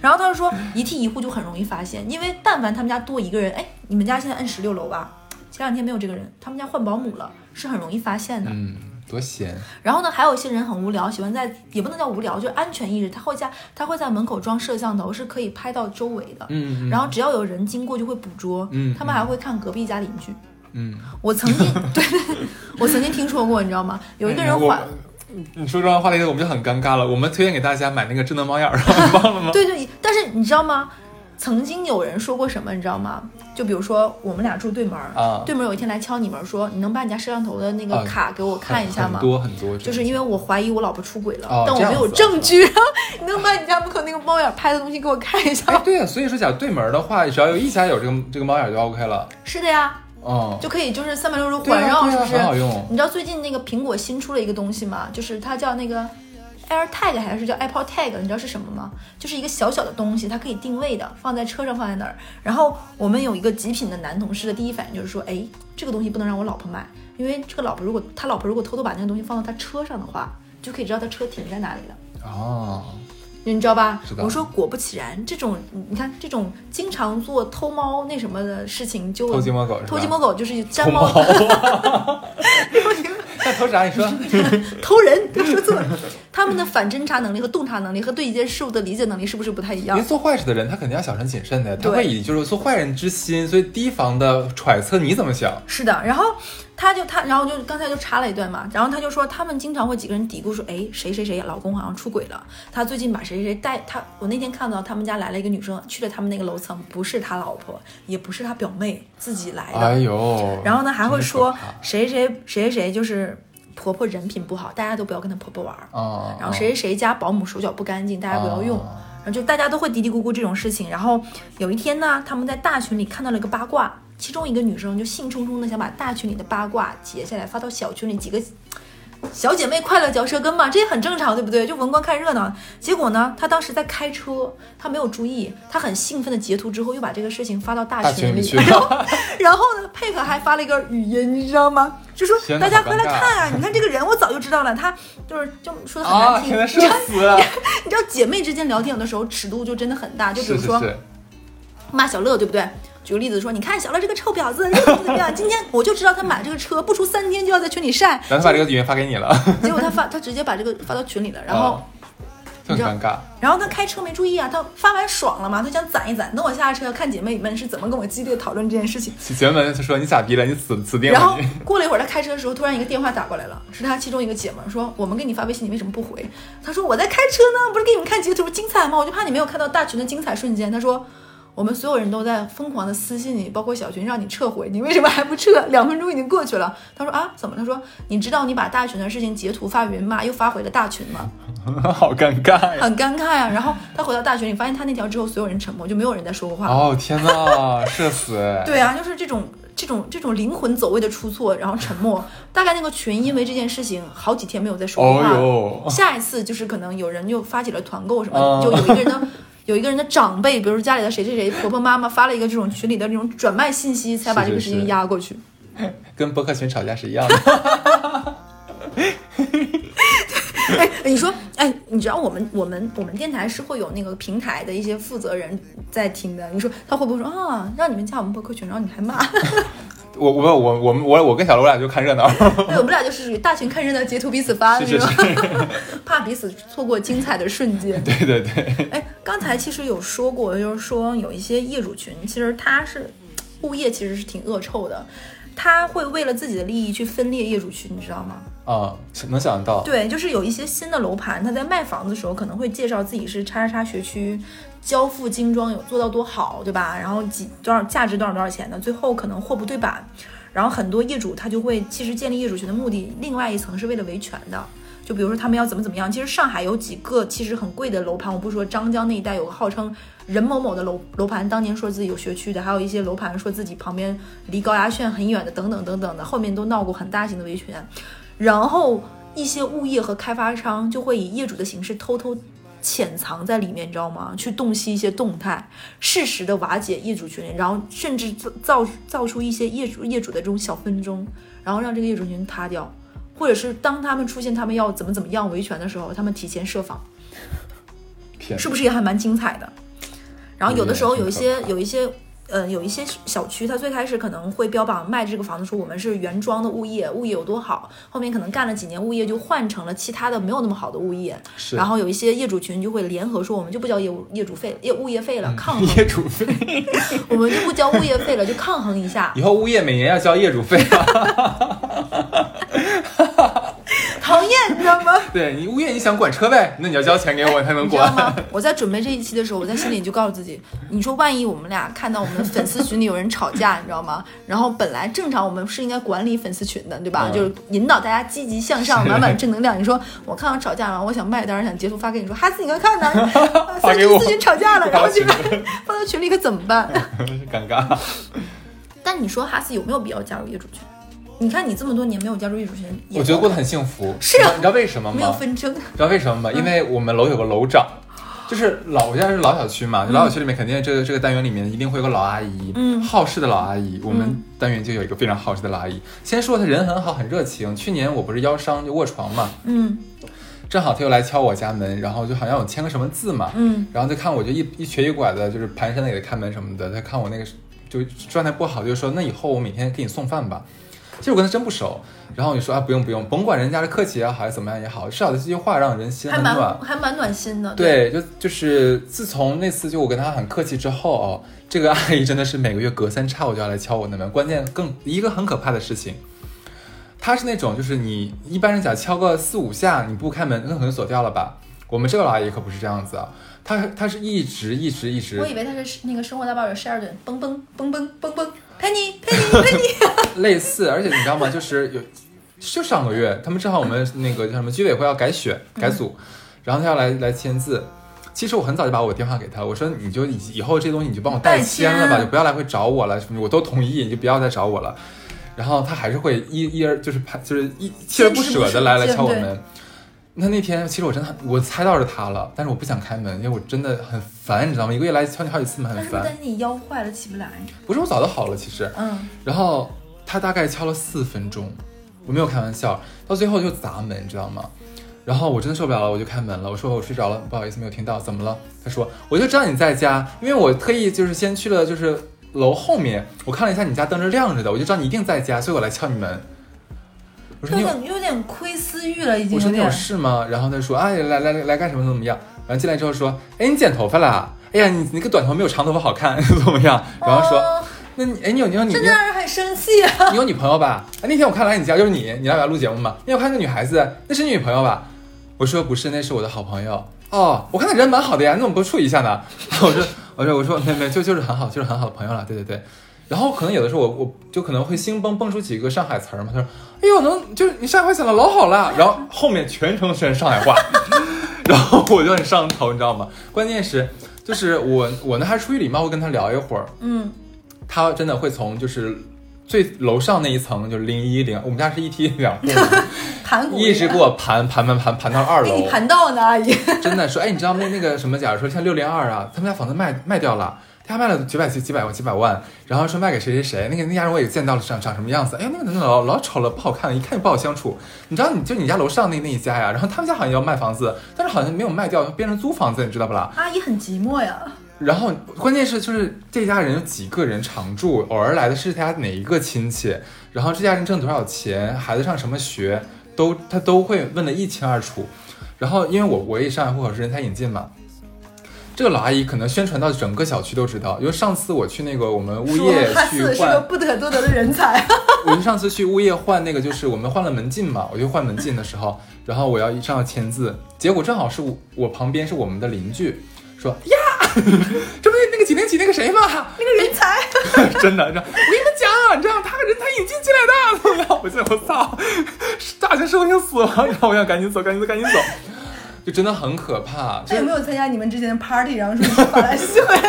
Speaker 2: 然后他就说一梯一户就很容易发现，因为但凡他们家多一个人，哎，你们家现在摁十六楼吧，前两天没有这个人，他们家换保姆了，是很容易发现的。
Speaker 1: 嗯，多闲。
Speaker 2: 然后呢，还有一些人很无聊，喜欢在也不能叫无聊，就是安全意识，他会在他会在门口装摄像头，是可以拍到周围的。
Speaker 1: 嗯嗯
Speaker 2: 然后只要有人经过就会捕捉，
Speaker 1: 嗯
Speaker 2: 他们还会看隔壁家邻居。
Speaker 1: 嗯，
Speaker 2: 我曾经
Speaker 1: *laughs*
Speaker 2: 对，我曾经听说过，你知道吗？有一个人
Speaker 1: 嗯我
Speaker 2: 怀，
Speaker 1: 你说这样的话题，我们就很尴尬了。我们推荐给大家买那个智能猫眼儿，忘了 *laughs* 吗？
Speaker 2: 对对，但是你知道吗？曾经有人说过什么，你知道吗？就比如说我们俩住对门儿，
Speaker 1: 啊
Speaker 2: 对门儿有一天来敲你门儿说：“你能把你家摄像头的那个
Speaker 1: 啊
Speaker 2: 卡给我看一下
Speaker 1: 很？”
Speaker 2: 吗
Speaker 1: 多很多，
Speaker 2: 就是因为我怀疑我老婆出轨了，
Speaker 1: 哦
Speaker 2: 但我
Speaker 1: 这样
Speaker 2: 没有
Speaker 1: 子啊
Speaker 2: 证据。然后 *laughs* 你能把你家门口那个猫眼拍的东西给我看一下
Speaker 1: 哎 *laughs*
Speaker 2: 吗？，
Speaker 1: 对呀、所以说假如对门儿的话，只要有一家有这个这个猫眼儿就 OK 了。
Speaker 2: 是的呀，
Speaker 1: 哦，
Speaker 2: 就可以就是三百六十度
Speaker 1: 对啊
Speaker 2: 环绕，是不是？
Speaker 1: 对啊很好用
Speaker 2: 你知道最近那个苹果新出了一个东西吗？就是它叫那个 AirTag 还是叫 Apple Tag？你知道是什么吗？就是一个小小的东西，它可以定位的，放在车上，放在哪儿。然后我们有一个极品的男同事的第一反应就是说，哎，这个东西不能让我老婆买，因为这个老婆如果他老婆如果偷偷把那个东西放到他车上的话，就可以知道他车停在哪里了。
Speaker 1: 哦，
Speaker 2: 你知道吧？
Speaker 1: 知道
Speaker 2: 我说果不其然，这种你你看这种经常做偷猫那什么的事情就，
Speaker 1: 偷鸡摸狗是吧
Speaker 2: 偷鸡摸狗就是
Speaker 1: 偷
Speaker 2: 粘
Speaker 1: 猫
Speaker 2: 猫，，
Speaker 1: 那偷啥？你说，
Speaker 2: *laughs* 偷人，他说错了。他们的反侦查能力和洞察能力和对一件事物的理解能力是不是不太一
Speaker 1: 因为
Speaker 2: 样？
Speaker 1: 做坏事的人他肯定要小心谨慎的，他
Speaker 2: 对
Speaker 1: 会以就是做坏人之心，所以提防的揣测你怎么想。
Speaker 2: 是的，然后他就他，然后就刚才就插了一段嘛，然后他就说他们经常会几个人嘀咕说，哎，谁谁谁老公好像出轨了，他最近把谁谁谁带他，我那天看到他们家来了一个女生，去了他们那个楼层，不是他老婆，也不是他表妹，自己来的。
Speaker 1: 哎呦，
Speaker 2: 然后呢，还会说
Speaker 1: 真是可怕
Speaker 2: 谁谁谁谁谁就是婆婆人品不好，大家都不要跟她婆婆玩儿。
Speaker 1: 哦，
Speaker 2: 然后谁谁谁家保姆手脚不干净，大家不要用。
Speaker 1: 哦
Speaker 2: 然后就大家都会嘀嘀咕咕这种事情。然后有一天呢，他们在大群里看到了一个八卦，其中一个女生就兴冲冲的想把大群里的八卦截下来发到小群里，几个小姐妹快乐嚼舌根嘛，这也很正常，对不对？就文官看热闹。结果呢，她当时在开车，她没有注意，她很兴奋的截图之后，又把这个事情发到大
Speaker 1: 大
Speaker 2: 群
Speaker 1: 群
Speaker 2: 里，
Speaker 1: 里去
Speaker 2: 然后 *laughs* 然后呢，佩可还发了一个语音，你知道吗？就说
Speaker 1: 天哪
Speaker 2: 大家
Speaker 1: 好
Speaker 2: 快来
Speaker 1: 尴尬
Speaker 2: 看啊！你看这个人，我早就知道了，他就是就说的很
Speaker 1: 啊，
Speaker 2: 难听。
Speaker 1: 天呐，
Speaker 2: 你
Speaker 1: 社
Speaker 2: 知道
Speaker 1: 死了！
Speaker 2: 你知道姐妹之间聊天有的时候尺度就真的很大，就比
Speaker 1: 是
Speaker 2: 如
Speaker 1: 是
Speaker 2: 说
Speaker 1: 是，
Speaker 2: 骂小乐，对不对？举个例子说，你看小乐这个臭婊子，怎么怎么样？今天我就知道他买这个车，不出三天就要在群里晒。
Speaker 1: 然后他把这个语音发给你了， *laughs*
Speaker 2: 结果他发，他直接把这个发到群里了，然后
Speaker 1: 哦就很尴尬。
Speaker 2: 然后他开车没注意啊，他发完爽了嘛，他想攒一攒，等我下车看姐妹们是怎么跟我激烈讨论这件事情。
Speaker 1: 姐妹们就说你傻逼了，你死死定
Speaker 2: 然
Speaker 1: 了 *laughs*
Speaker 2: 后
Speaker 1: 你。
Speaker 2: 过了一会儿，他开车的时候，突然一个电话打过来了，是他其中一个姐们儿说：“我们给你发微信，你为什么不回？”他说：“我在开车呢，不是给你们看截图精彩吗？我就怕你没有看到大群的精彩瞬间。”他说：“我们所有人都在疯狂的私信你，包括小群，让你撤回，你为什么还不撤？两分钟已经过去了。他说啊，怎么了？他说你知道你把大群的事情截图发云吗？又发回了大群吗？
Speaker 1: 好尴尬呀！
Speaker 2: 很尴尬呀、然后他回到大群里，发现他那条之后，所有人沉默，就没有人再说过话。
Speaker 1: 哦天
Speaker 2: *laughs*
Speaker 1: 呐，社死！
Speaker 2: 对啊，就是这种这种这种灵魂走位的出错，然后沉默。大概那个群因为这件事情好几天没有再说过话。
Speaker 1: 哦哟，
Speaker 2: 下一次就是可能有人又发起了团购什么
Speaker 1: 啊
Speaker 2: 的，就有一个人的有一个人的长辈，比如说家里的谁谁谁婆婆妈妈发了一个这种群里的这种转卖信息，才把
Speaker 1: 是
Speaker 2: 这个
Speaker 1: 是
Speaker 2: 事情
Speaker 1: 是
Speaker 2: 压过去。
Speaker 1: 跟博客群吵架是一样的。
Speaker 2: 哎，你说，哎，你知道我们我们我们电台是会有那个平台的一些负责人在听的，你说他会不会说啊，让你们加我们播客群，然后你还骂？
Speaker 1: 我我我我们我我跟小罗俩就看热闹。 *laughs*
Speaker 2: 对，我们俩就是属于大群看热闹，截图彼此发的
Speaker 1: 是
Speaker 2: 那
Speaker 1: 是
Speaker 2: 种
Speaker 1: 是，
Speaker 2: *laughs* 怕彼此错过精彩的瞬间。
Speaker 1: 对对对，
Speaker 2: 哎，刚才其实有说过，就是说有一些业主群，其实他是物业，其实是挺恶臭的，他会为了自己的利益去分裂业主群，你知道吗？
Speaker 1: 啊、能想到。
Speaker 2: 对，就是有一些新的楼盘，他在卖房子的时候可能会介绍自己是叉叉叉学区，交付精装有做到多好，对吧？然后几多少价值多少多少钱的，最后可能货不对版，然后很多业主他就会其实建立业主群的目的，另外一层是为了维权的。就比如说他们要怎么怎么样，其实上海有几个其实很贵的楼盘，我不说张江那一带有个号称任某某的楼楼盘，当年说自己有学区的，还有一些楼盘说自己旁边离高压线很远的，等等等等的，后面都闹过很大型的维权。然后一些物业和开发商就会以业主的形式偷偷潜藏在里面，你知道吗？去洞悉一些动态，适时的瓦解业主群，然后甚至造造造出一些业主业主的这种小纷争，然后让这个业主群塌掉，或者是当他们出现他们要怎么怎么样维权的时候，他们提前设防。
Speaker 1: 天
Speaker 2: 是不是也还蛮精彩的？然后有的时候有一些
Speaker 1: 嗯
Speaker 2: 有一些。呃，有一些小区，它最开始可能会标榜卖这个房子说我们是原装的物业，物业有多好。后面可能干了几年，物业就换成了其他的没有那么好的物业。
Speaker 1: 是
Speaker 2: 然后有一些业主群就会联合说，我们就不交业务业主费、业物业费了，抗
Speaker 1: *laughs*
Speaker 2: 衡，
Speaker 1: 业主费，
Speaker 2: 我们就不交物业费了，就抗衡一下
Speaker 1: *laughs* 以，后物业每年要交业主费啊。
Speaker 2: 讨厌，你知道吗？
Speaker 1: 对你物业，你想管车位，那你要交钱给我才能
Speaker 2: 哎你知道
Speaker 1: 管。
Speaker 2: 吗？我在准备这一期的时候，我在心里就告诉自己，你说万一我们俩看到我们的粉丝群里有人吵架，你知道吗？然后本来正常我们是应该管理粉丝群的，对吧？
Speaker 1: 嗯
Speaker 2: 就是引导大家积极向上，
Speaker 1: *laughs* 是
Speaker 2: 满满正能量。你说我看到吵架完，我想卖单，想截图发给你说，哈子你快
Speaker 1: *laughs*
Speaker 2: 看呐，
Speaker 1: 发
Speaker 2: 粉
Speaker 1: 给我
Speaker 2: 丝群吵架了，然后
Speaker 1: 发嗯
Speaker 2: 就
Speaker 1: 群
Speaker 2: 被 *laughs* 放到群里可怎么办？
Speaker 1: *laughs* 尴尬。
Speaker 2: *laughs* 但你说哈斯有没有必要加入业主群？你看你这么多年没有加入业主群，也
Speaker 1: 我觉得过得很幸福。
Speaker 2: 是啊
Speaker 1: 你知道为什么
Speaker 2: 没有
Speaker 1: 吗？
Speaker 2: 纷争，
Speaker 1: 你知道为什么
Speaker 2: 嗯
Speaker 1: 吗？因为我们楼有个楼长，就是老我家是老小区嘛，就老小区里面肯定这个这个单元里面一定会有个老阿姨，
Speaker 2: 嗯
Speaker 1: 好事的老阿姨。我们单元就有一个非常好事的老阿姨。先说她人很好，很热情。去年我不是腰伤就卧床嘛，
Speaker 2: 嗯
Speaker 1: 正好她又来敲我家门，然后就好像我签个什么字嘛，
Speaker 2: 嗯
Speaker 1: 然后就看我就一一瘸一拐的，就是蹒跚的给他开门什么的。他看我那个就状态不好，就说那以后我每天给你送饭吧。其实我跟他真不熟，然后我就说啊不用不用，甭管人家是客气也好还是怎么样也好，至少这句话让人心
Speaker 2: 还
Speaker 1: 很暖
Speaker 2: 蛮。还蛮暖心的，
Speaker 1: 对，就就是自从那次就我跟他很客气之后哦，这个阿姨真的是每个月隔三差五就要来敲我的门。关键更一个很可怕的事情，她是那种就是你一般人想敲个四五下你不开门，那可能锁掉了吧？我们这个老阿姨可不是这样子啊，她她是一直一直一直
Speaker 2: 我以为他是那个《生活大爆炸》十二顿，蹦蹦蹦蹦蹦蹦，Penny Penny Penny，
Speaker 1: 类似，而且你知道吗？就是有，就上个月，他们正好我们那个叫什么居委会要改选改组，然后他要来来签字。其实我很早就把我电话给他，我说你就以以后这东西你就帮我代签了吧，
Speaker 2: 代签
Speaker 1: 就不要来回找我了，什么我都同意，你就不要再找我了。然后他还是会一一而就是怕就是一锲而不舍的来来敲我门。那那天其实我真的很我猜到是他了，但是我不想开门，因为我真的很烦，你知道吗？一个月来敲你好几次门， *laughs* 很
Speaker 2: 但是 *laughs*
Speaker 1: 烦。
Speaker 2: 但是你腰坏了起不来，
Speaker 1: 不是我早就好了，其实。
Speaker 2: 嗯，
Speaker 1: 然后他大概敲了四分钟，我没有开玩笑，到最后就砸门，你知道吗？然后我真的受不了了，我就开门了，我说我睡着了，不好意思没有听到，怎么了？他说我就知道你在家，因为我特意就是先去了就是楼后面，我看了一下你家灯是亮着的，我就知道你一定在家，所以我来敲你门。我说
Speaker 2: 嗯有
Speaker 1: 你有
Speaker 2: *laughs* 点有点窥私欲了，已经
Speaker 1: 我
Speaker 2: 有
Speaker 1: 说你
Speaker 2: 点
Speaker 1: 有。事吗？然后他说，哎，来来来来干什么怎么样？然后进来之后说，哎，你剪头发啦？哎呀，你你那个短头没有长头发好看， *laughs* 怎么样？然后说，
Speaker 2: 哦
Speaker 1: 那你哎，你有你有你
Speaker 2: 真
Speaker 1: 有
Speaker 2: 的让人很生气
Speaker 1: *laughs*
Speaker 2: 啊！
Speaker 1: 你有女朋友吧？哎，那天我看来你家就是你，你来我家录节目嘛？那天我看那个女孩子，那是你女朋友吧？我说不是，那是我的好朋友。哦，我看他人蛮好的呀，你怎么不处一下呢？ *laughs* 我说，我说，我说，没没，就就是很好，就是很好的朋友了，对对对。然后可能有的时候我我就可能会兴蹦蹦出几个上海词儿嘛，他说，哎呦，能就是你上海话讲的老好了，然后后面全程全是上海话， *laughs* 然后我就很上头，你知道吗？关键是就是我我呢还出于礼貌会跟他聊一会儿，
Speaker 2: 嗯，
Speaker 1: 他真的会从就是最楼上那一层就是零一零，我们家是一梯两户，
Speaker 2: 盘古
Speaker 1: 一直给我盘盘盘盘盘到二
Speaker 2: 给你
Speaker 1: 楼，
Speaker 2: 盘到呢，阿姨。
Speaker 1: 真的说，哎，你知道那那个什么，假如说像六零二啊，他们家房子卖卖掉了。他卖了几百几几百万几百万，然后说卖给谁谁谁，那个那家人我也见到了长长什么样子，哎，那个男的老老丑了，不好看，一看就不好相处。你知道，你就你家楼上那那一家呀，然后他们家好像要卖房子，但是好像没有卖掉，变成租房子，你知道不啦？
Speaker 2: 阿姨很寂寞呀，
Speaker 1: 然后关键是就是这家人有几个人常住，偶尔来的是他家哪一个亲戚，然后这家人挣多少钱，孩子上什么学，都他都会问得一清二楚。然后因为我我也上海户口是人才引进嘛，这个老阿姨可能宣传到整个小区都知道，因为上次我去那个我们物
Speaker 2: 说
Speaker 1: 业
Speaker 2: 哈
Speaker 1: 去
Speaker 2: 四是
Speaker 1: 换
Speaker 2: 个不得多得的人才。 *laughs*
Speaker 1: 我就上次去物业换那个，就是我们换了门禁嘛，我就换门禁的时候，然后我要一上要签字，结果正好是我我旁边是我们的邻居，说呀， *laughs* 这不是那个几零几那个谁吗？ *laughs*
Speaker 2: 那个人才，
Speaker 1: 真的，这样我跟你们讲啊，你知道他人才引进进来的， *laughs* 怎么样？我现在我操，大学社会性死了，然后我想赶紧走，赶紧走，赶紧走， *laughs* 就真的很可怕。就
Speaker 2: 他
Speaker 1: 是
Speaker 2: 有没有参加你们之前的 party，然后说你把来吸回来？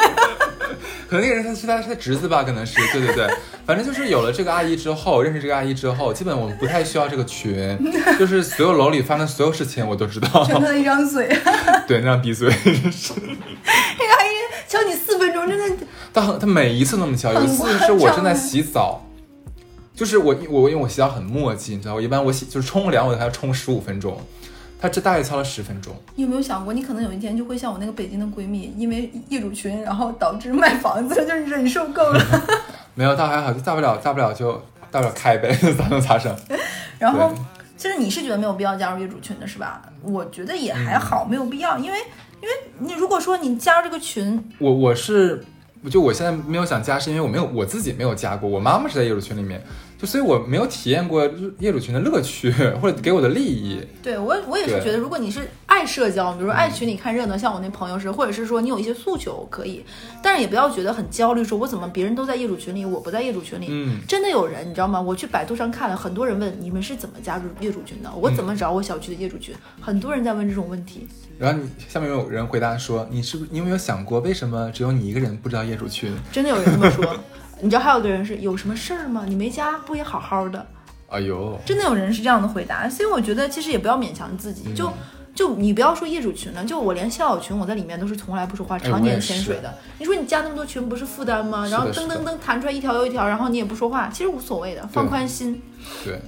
Speaker 1: 可能那个人他是他是他侄子吧，可能是， *laughs* 对对对，反正就是有了这个阿姨之后，认识这个阿姨之后，基本我们不太需要这个群，就是所有楼里发生的所有事情我都知
Speaker 2: *laughs*
Speaker 1: 道，
Speaker 2: 全靠一张嘴。
Speaker 1: 对，那样闭 *laughs* 嘴。
Speaker 2: 那个阿姨教你四分钟，真的
Speaker 1: 他很他每一次都那么敲，有一
Speaker 2: 很
Speaker 1: 次
Speaker 2: 夸
Speaker 1: 是我正在
Speaker 2: 张啊
Speaker 1: 洗澡，就是我我因为我洗澡很磨叽，你知道，我一般我洗就是冲凉我还要冲十五分钟，他这大概敲了十分钟，
Speaker 2: 你有没有想过，你可能有一天就会像我那个北京的闺蜜，因为业主群，然后导致卖房子， *laughs* 就是忍受够了。
Speaker 1: 没有，倒还好，就大不了大不了就大不了开呗， *laughs* 咋能咋整？
Speaker 2: 然后
Speaker 1: 对，
Speaker 2: 其实你是觉得没有必要加入业主群的是吧？我觉得也
Speaker 1: 嗯
Speaker 2: 还好，没有必要，因为因为你如果说你加入这个群，
Speaker 1: 我我是就我现在没有想加，是因为我没有我自己没有加过，我妈妈是在业主群里面，就所以我没有体验过业主群的乐趣或者给我的利益。
Speaker 2: 对我我也是
Speaker 1: 对嗯
Speaker 2: 觉得，如果你是爱社交，比如说爱群里看热闹，像我那朋友是，或者是说你有一些诉求可以，但是也不要觉得很焦虑，说我怎么别人都在业主群里，我不在业主群里。
Speaker 1: 嗯，
Speaker 2: 真的有人，你知道吗？我去百度上看了，很多人问你们是怎么加入业主群
Speaker 1: 嗯
Speaker 2: 的，我怎么找我小区的业主群？很多人在问这种问题。
Speaker 1: 然后你下面有人回答说，你是不是你有没有想过为什么只有你一个人不知道业主群？
Speaker 2: 真的有人这
Speaker 1: *laughs*
Speaker 2: 么说。你知道还有个人是有什么事儿吗？你没加不也好好的？
Speaker 1: 哎呦，
Speaker 2: 真的有人是这样的回答，所以我觉得其实也不要勉强自
Speaker 1: 嗯
Speaker 2: 己，就就你不要说业主群了，就我连校友群我在里面都是从来不说话，
Speaker 1: 哎
Speaker 2: 常
Speaker 1: 我也
Speaker 2: 年
Speaker 1: 是
Speaker 2: 潜水的。你说你加那么多群不是负担吗？
Speaker 1: 是的
Speaker 2: 然后
Speaker 1: 是
Speaker 2: 噔
Speaker 1: 的
Speaker 2: 噔噔弹出来一条又一条，然后你也不说话，其实无所谓的，放宽心。
Speaker 1: 对，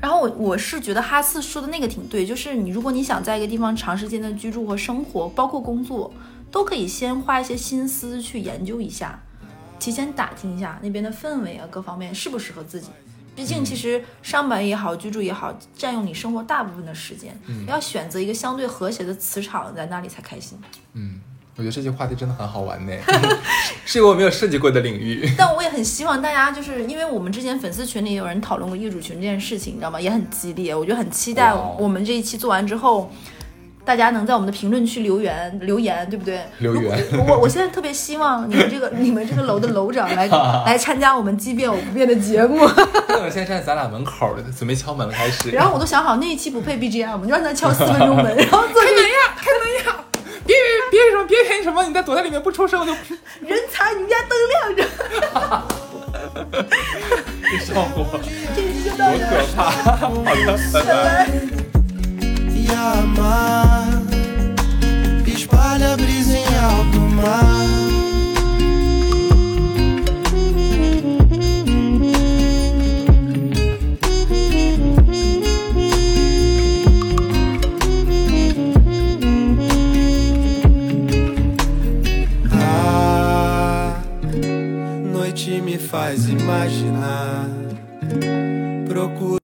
Speaker 2: 然后我我是觉得哈四说的那个挺对，就是你如果你想在一个地方长时间的居住和生活，包括工作，都可以先花一些心思去研究一下，提前打听一下那边的氛围啊，各方面适不适合自己。毕竟其实上班也好，居住也好，占用你生活大部分的时间，要选择一个相对和谐的磁场，在那里才开心。
Speaker 1: 嗯，我觉得这些话题真的很好玩 *laughs* 呢，是一个我没有涉及过的领域。 *laughs*
Speaker 2: 但我也很希望大家，就是因为我们之前粉丝群里有人讨论过业主群这件事情，你知道吗？也很激烈，我就很期待
Speaker 1: 哇哦
Speaker 2: 我们这一期做完之后，大家能在我们的评论区留言留言，对不对？
Speaker 1: 留言
Speaker 2: 如果。我我现在特别希望你们这个你们这个楼的楼长
Speaker 1: *laughs*
Speaker 2: 来来参加我们激辩我不辩的节目，
Speaker 1: 那我现在站在咱俩门口了，准备敲门了，开始。
Speaker 2: 然后我都想好那一期不配 BGM，就让他敲四分钟
Speaker 1: *laughs*
Speaker 2: 门，然后做这个
Speaker 1: 开门呀！别别别什么别别什么，你再躲在里面不出声，我就
Speaker 2: 人才，你们家灯亮着，
Speaker 1: 上 *laughs* 火，
Speaker 2: 这一期就到
Speaker 1: 多
Speaker 2: 这儿。
Speaker 1: 可怕！好的，拜拜。
Speaker 3: ia amar que espalha a brisa em alto mar. A Noite me faz imaginar. Procuro.